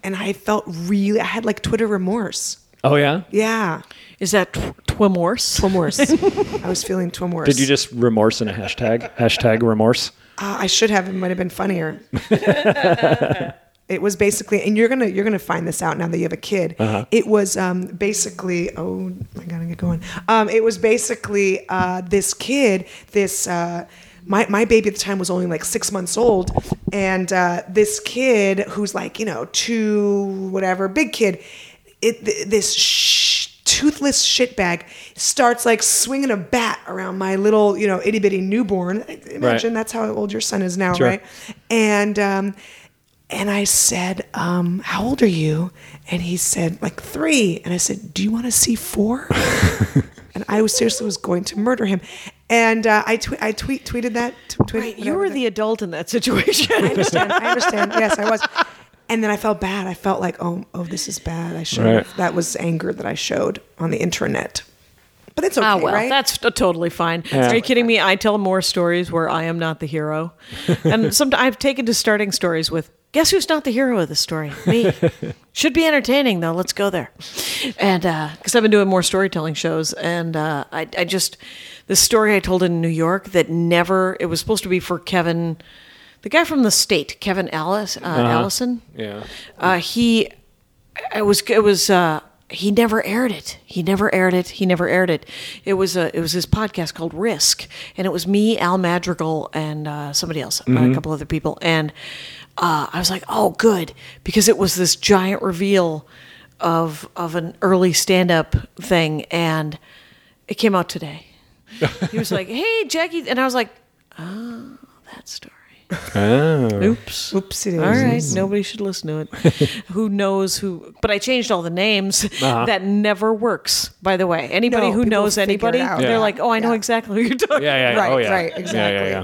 Speaker 3: and I felt really, I had like Twitter remorse.
Speaker 2: Oh, yeah?
Speaker 3: Yeah.
Speaker 1: Is that tw- Twimorse?
Speaker 3: Remorse. I was feeling remorse.
Speaker 2: Did you just remorse in a hashtag? hashtag remorse?
Speaker 3: Uh, I should have. It might have been funnier. it was basically, and you're gonna you're gonna find this out now that you have a kid. It was um, basically. Oh, I gotta get going. Um, it was basically uh, this kid. This uh, my my baby at the time was only like six months old, and uh, this kid who's like you know two whatever big kid. It th- this. Sh- toothless shitbag starts like swinging a bat around my little, you know, itty bitty newborn. Imagine that's how old your son is now,
Speaker 2: Sure.
Speaker 3: right? And um, and I said, um, "How old are you?" And he said, "Like three. And I said, "Do you want to see four? and I was seriously was going to murder him. And uh, I tweet, I tweet, tweeted that. T- tweeted,
Speaker 1: Right. You
Speaker 3: whatever
Speaker 1: were
Speaker 3: that-
Speaker 1: the adult in that situation.
Speaker 3: I understand. I understand. Yes, I was. And then I felt bad. I felt like, oh, oh, this is bad. I should.
Speaker 2: Right.
Speaker 3: have That was anger that I showed on the intranet. But it's okay,
Speaker 1: Ah, well,
Speaker 3: right?
Speaker 1: that's t- totally fine. Are you kidding me? I tell more stories where I am not the hero. and sometimes I've taken to starting stories with, guess who's not the hero of this story? Me. Should be entertaining, though. Let's go there. And because I've been doing more storytelling shows, and uh, I, I just, this story I told in New York that never, it was supposed to be for Kevin, the guy from the state, Kevin Alice, uh,
Speaker 3: Uh-huh.
Speaker 1: Allison.
Speaker 2: Yeah.
Speaker 1: Uh, he, it was, it was, uh, he never aired it. He never aired it. He never aired it. It was a, it was his podcast called Risk, and it was me, Al Madrigal, and uh, somebody else, a couple other people, and uh, I was like, oh, good, because it was this giant reveal of of an early stand up thing, and it came out today. he was like, hey, Jackie, and I was like, oh, that story. Oops.
Speaker 3: Oopsie daisy.
Speaker 1: All right, nobody should listen to it. who knows who? But I changed all the names.
Speaker 2: Uh-huh.
Speaker 1: That never works, by the way. Anybody
Speaker 3: No,
Speaker 1: who
Speaker 3: people
Speaker 1: knows
Speaker 3: figure it
Speaker 1: anybody,
Speaker 3: out.
Speaker 1: they're
Speaker 2: Yeah.
Speaker 1: like, "Oh, I know
Speaker 3: Yeah.
Speaker 1: exactly who you're talking."
Speaker 2: Yeah, yeah, yeah.
Speaker 3: Right,
Speaker 2: oh, yeah.
Speaker 3: right,
Speaker 2: Yeah,
Speaker 3: exactly.
Speaker 2: yeah,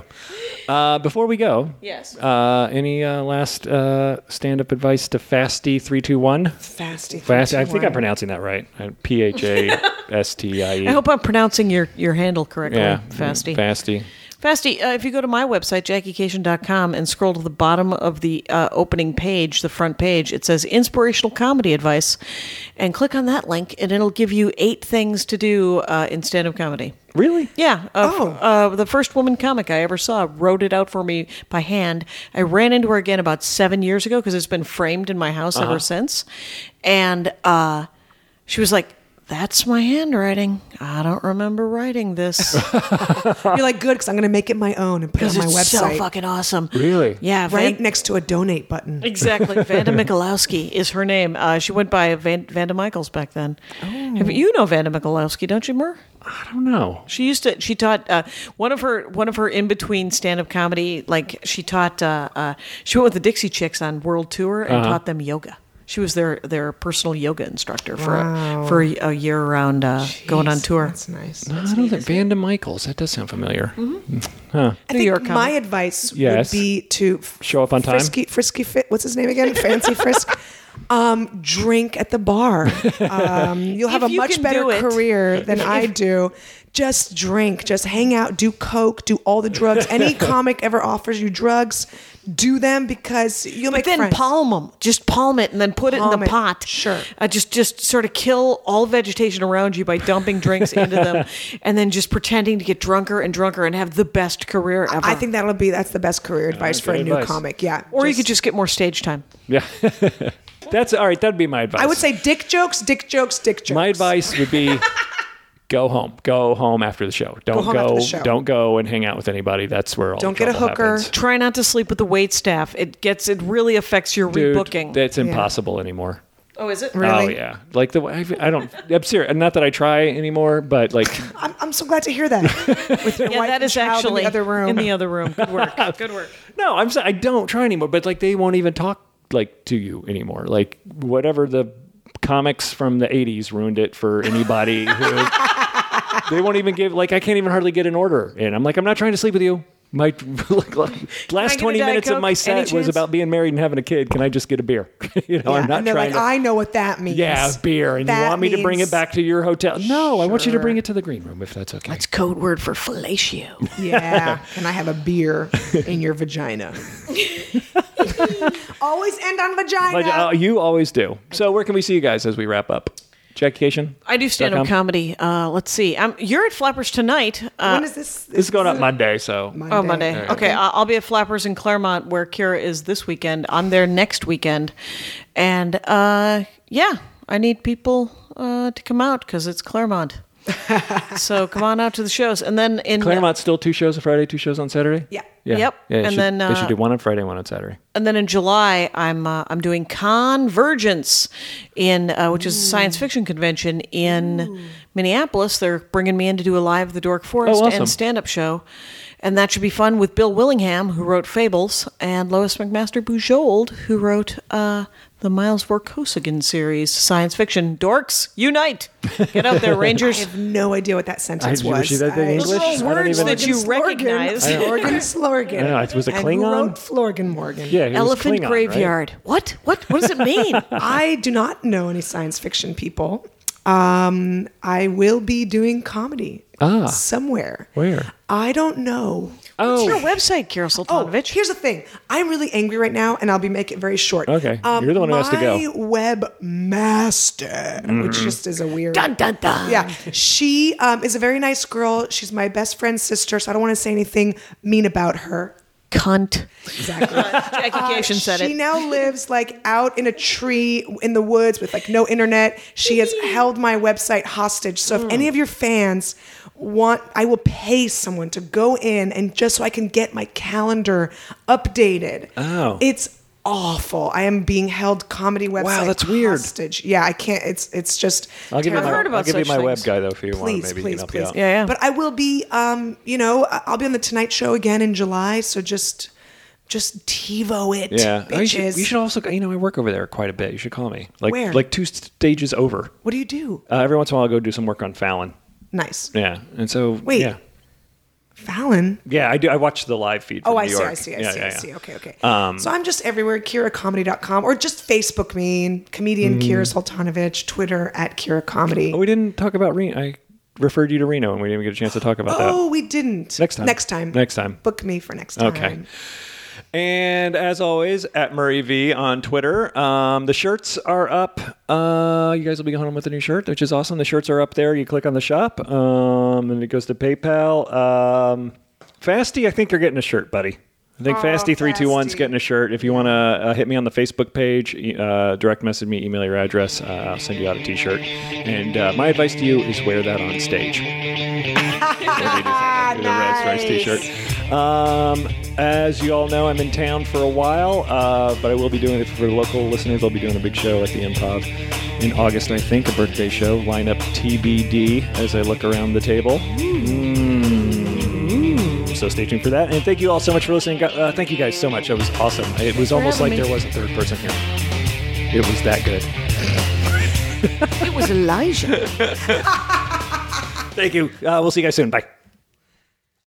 Speaker 2: yeah. Uh, before we go,
Speaker 1: Yes.
Speaker 2: Uh, any uh, last uh, stand-up advice to Fasty three two one?
Speaker 3: Fasty.
Speaker 2: Fast. I think I'm
Speaker 3: 321.
Speaker 2: pronouncing that right. P h a s t i e.
Speaker 1: I hope I'm pronouncing your your handle correctly,
Speaker 2: Yeah,
Speaker 1: Fasty.
Speaker 2: Fasty.
Speaker 1: Fasty, uh, if you go to my website, JackieCation.com, and scroll to the bottom of the uh, opening page, the front page, it says Inspirational Comedy Advice. And click on that link, and it'll give you eight things to do uh, in stand up comedy.
Speaker 2: Really?
Speaker 1: Yeah. Uh,
Speaker 3: Oh.
Speaker 1: uh, the first woman comic I ever saw wrote it out for me by hand. I ran into her again about seven years ago because it's been framed in my house ever since. And uh, she was like, That's my handwriting. I don't remember writing this
Speaker 3: You're like, good, because I'm going to make it my own and put it
Speaker 1: because
Speaker 3: on my
Speaker 1: it's so
Speaker 3: website.
Speaker 1: fucking awesome.
Speaker 2: Really?
Speaker 1: Yeah. Van-
Speaker 3: right next to a donate button.
Speaker 1: Exactly. Vanda Mikulowski is her name. Uh, she went by Van- Vanda Michaels back then.
Speaker 3: Oh.
Speaker 1: Have, you know Vanda Mikulowski, don't you, Mer?
Speaker 2: I don't know.
Speaker 1: She used to. She taught uh, one of her one of her in between stand up comedy. Like she taught. Uh, uh, she went with the Dixie Chicks on world tour and taught them yoga. She was their their personal yoga instructor for a, for a, a year around uh, going on
Speaker 3: Jeez,
Speaker 1: tour.
Speaker 3: That's nice.
Speaker 2: I don't think Band of Michaels. That does sound familiar.
Speaker 3: I
Speaker 1: New
Speaker 3: think
Speaker 1: York
Speaker 3: my
Speaker 1: comic.
Speaker 3: advice
Speaker 2: Yes.
Speaker 3: would be to f-
Speaker 2: Show up on time?
Speaker 3: Frisky, frisky fit. What's his name again? Fancy Frisk. Um, drink at the bar. Um, you'll have
Speaker 1: If
Speaker 3: a
Speaker 1: you
Speaker 3: much
Speaker 1: can
Speaker 3: better
Speaker 1: do it.
Speaker 3: career than I do. Just drink. Just hang out. Do coke. Do all the drugs. Any comic ever offers you drugs, do them because you'll make
Speaker 1: But then
Speaker 3: friends.
Speaker 1: palm them. Just palm it and then put it in
Speaker 3: Palm
Speaker 1: the
Speaker 3: it.
Speaker 1: pot.
Speaker 3: Sure.
Speaker 1: Uh, just just sort of kill all vegetation around you by dumping drinks into them, and then just pretending to get drunker and drunker and have the best career ever.
Speaker 3: I think that'll be that's the best career advice for a
Speaker 2: good
Speaker 3: new
Speaker 2: advice.
Speaker 3: comic. Yeah.
Speaker 1: Or you could just get more stage time.
Speaker 2: Yeah. That's all right. That'd be my advice.
Speaker 3: I would say dick jokes, dick jokes, dick jokes.
Speaker 2: my advice would be go home. Go home after the show. Don't go.
Speaker 3: home after the show.
Speaker 2: Don't go and hang out with anybody. That's where all
Speaker 3: Don't
Speaker 2: the
Speaker 3: get a
Speaker 2: trouble
Speaker 3: hooker.
Speaker 2: happens.
Speaker 1: Try not to sleep with the wait staff. It gets it really affects your
Speaker 2: Dude,
Speaker 1: rebooking.
Speaker 2: That's impossible anymore.
Speaker 1: oh, is it?
Speaker 3: Really?
Speaker 2: Oh yeah, like the way I, I don't. I'm serious. Not that I try anymore, but like
Speaker 3: I'm, I'm so glad to hear that. With your
Speaker 1: Yeah,
Speaker 3: wife
Speaker 1: that
Speaker 3: and
Speaker 1: is
Speaker 3: child
Speaker 1: actually
Speaker 3: in the other room.
Speaker 1: In the other room. Good work. Good work.
Speaker 2: no, I'm. so- I don't try anymore. But like they won't even talk like to you anymore. Like whatever the comics from the '80s ruined it for anybody who. They won't even give. Like I can't even hardly get an order in. I'm like I'm not trying to sleep with you. My like, like,
Speaker 1: get
Speaker 2: last
Speaker 1: a
Speaker 2: 20
Speaker 1: Diet
Speaker 2: minutes of
Speaker 1: Coke?
Speaker 2: my
Speaker 1: Any
Speaker 2: set was
Speaker 1: chance?
Speaker 2: about being married and having a kid. Can I just get a beer? you know,
Speaker 3: Yeah,
Speaker 2: I'm not
Speaker 3: and they're
Speaker 2: trying
Speaker 3: like,
Speaker 2: to.
Speaker 3: I know what that means.
Speaker 2: yeah, beer, and you
Speaker 3: That
Speaker 2: want me to bring it
Speaker 3: means-
Speaker 2: back to your hotel? No, I want you to
Speaker 3: Sure.
Speaker 2: bring it to the green room if that's okay.
Speaker 1: It's code word for fellatio.
Speaker 3: Yeah, and I have a beer in your vagina. Always end on vagina.
Speaker 2: But uh, you always do. So where can we see you guys as we wrap up? Jackication?
Speaker 1: I do stand up
Speaker 2: com?
Speaker 1: comedy. Uh, let's see. i you're at Flappers tonight. Uh,
Speaker 3: when is this?
Speaker 2: This is going up Monday, so
Speaker 1: Oh, Monday. Okay, I- I'll be at Flappers in Claremont, where Kira is this weekend. I'm there next weekend, and uh, yeah, I need people uh, to come out because it's Claremont. so come on out to the shows, and then in
Speaker 2: Claremont's still two shows on Friday, two shows on Saturday.
Speaker 3: Yeah.
Speaker 1: Yep.
Speaker 2: Yeah, they
Speaker 1: And
Speaker 2: should-
Speaker 1: then,
Speaker 2: they should
Speaker 1: uh,
Speaker 2: do one on Friday, one on Saturday.
Speaker 1: and then in July, I'm uh, I'm doing Convergence in uh, which is a science fiction convention in Minneapolis. They're bringing me in to do a live The Dork Forest
Speaker 2: Oh, awesome.
Speaker 1: and stand up show, and that should be fun with Bill Willingham who wrote Fables and Lois McMaster Bujold who wrote uh, the Miles Vorkosigan series science fiction. Dorks unite! Get out there,
Speaker 3: I
Speaker 1: Rangers!
Speaker 3: have no idea what that sentence
Speaker 2: I-
Speaker 3: was.
Speaker 2: she did that in
Speaker 3: I-
Speaker 2: English?
Speaker 1: Those little I don't words even- that you recognize. I
Speaker 3: Slorgan, Slorgan.
Speaker 2: I know, it was a
Speaker 3: And
Speaker 2: Klingon?
Speaker 3: Who wrote Florgan Morgan?
Speaker 2: Yeah. it was
Speaker 1: Elephant
Speaker 2: Klingon, right?
Speaker 1: Graveyard. What? What? What does it mean?
Speaker 3: I do not know any science fiction people. Um, I will be doing comedy
Speaker 2: Ah.
Speaker 3: somewhere.
Speaker 2: Where?
Speaker 3: I don't know.
Speaker 1: What's your website, Kira
Speaker 3: Oh,
Speaker 1: Sultanovich?
Speaker 3: here's the thing. I'm really angry right now, and I'll be make it very short. Um,
Speaker 2: Okay. You're the one who has to go. Mm-hmm.
Speaker 3: My webmaster, which just is a weird.
Speaker 1: Dun dun dun.
Speaker 3: Yeah, she um, is a very nice girl. She's my best friend's sister, so I don't want to say anything mean about her.
Speaker 1: Cunt.
Speaker 3: Exactly.
Speaker 1: Jackie Cation
Speaker 4: Uh,
Speaker 1: said
Speaker 3: Uh, she
Speaker 1: it.
Speaker 3: now lives like out in a tree in the woods with like no internet. She has held my website hostage. So
Speaker 2: Mm.
Speaker 3: if any of your fans want, I will pay someone to go in and just so I can get my calendar updated.
Speaker 2: Oh.
Speaker 3: it's awful. I am being held comedy website.
Speaker 2: that's weird.
Speaker 3: Hostage. Yeah, I can't. It's it's just.
Speaker 2: I'll give you
Speaker 3: terrible.
Speaker 2: my,
Speaker 1: heard about
Speaker 2: I'll give you
Speaker 1: such
Speaker 2: my web
Speaker 1: things.
Speaker 2: guy though if you want.
Speaker 3: Please,
Speaker 2: Maybe he
Speaker 3: please,
Speaker 2: can help
Speaker 3: please.
Speaker 2: you out.
Speaker 1: Yeah, yeah.
Speaker 3: But I will be, um, you know, I- I'll be on the Tonight Show again in July. So just, just TiVo it,
Speaker 2: Yeah. Oh, you,
Speaker 3: bitches.
Speaker 2: should, you should also. You know, I work over there quite a bit. You should call me. Like
Speaker 3: Where?
Speaker 2: like two stages over.
Speaker 3: What do you do?
Speaker 2: Uh, every once in a while, I go do some work on Fallon.
Speaker 3: Nice.
Speaker 2: Yeah, and so
Speaker 3: Wait.
Speaker 2: yeah.
Speaker 3: Fallon.
Speaker 2: Yeah, I do. I watch the live feed. From
Speaker 3: Oh, I
Speaker 2: New
Speaker 3: see,
Speaker 2: York.
Speaker 3: I see, I
Speaker 2: Yeah,
Speaker 3: see,
Speaker 2: yeah,
Speaker 3: I
Speaker 2: yeah.
Speaker 3: see. Okay, okay. so I'm just everywhere, kiracomedy.com, or just Facebook Mm. me, comedian Kira Sultanovich, Twitter at Kira Comedy.
Speaker 2: Oh, we didn't talk about Rena. I referred you to Reno, and we didn't even get a chance to talk about
Speaker 3: Oh, we didn't.
Speaker 2: Next time.
Speaker 3: Next time.
Speaker 2: Next time.
Speaker 3: Book me for next
Speaker 2: that.
Speaker 3: time.
Speaker 2: Okay. And as always, at Murray V on Twitter. Um, the shirts are up. Uh, you guys will be going home with a new shirt, which is awesome. The shirts are up there. You click on the shop, um, and it goes to PayPal. Um, Fasty, I think you're getting a shirt, buddy. I think
Speaker 3: Aw,
Speaker 2: Fasty three two one's
Speaker 3: Fasty.
Speaker 2: getting a shirt. If you want to uh, hit me on the Facebook page, e- uh, direct message me, email your address. Uh, I'll send you out a T-shirt. And uh, my advice to you is wear that on stage.
Speaker 3: Ah,
Speaker 1: Ah,
Speaker 2: With a Red Stripes t-shirt. Um, as you all know, I'm in town for a while, uh, but I will be doing it for local listeners. I'll be doing a big show at the Improv in August, I think, a birthday show. Lineup TBD as I look around the table. Mm. So stay tuned for that. And thank you all so much for listening. Uh, thank you guys so much. It was awesome. It was almost like
Speaker 1: having me.
Speaker 2: there was a third person here. It was that good.
Speaker 4: It was Elijah.
Speaker 2: Thank you. Uh, we'll see you guys soon. Bye.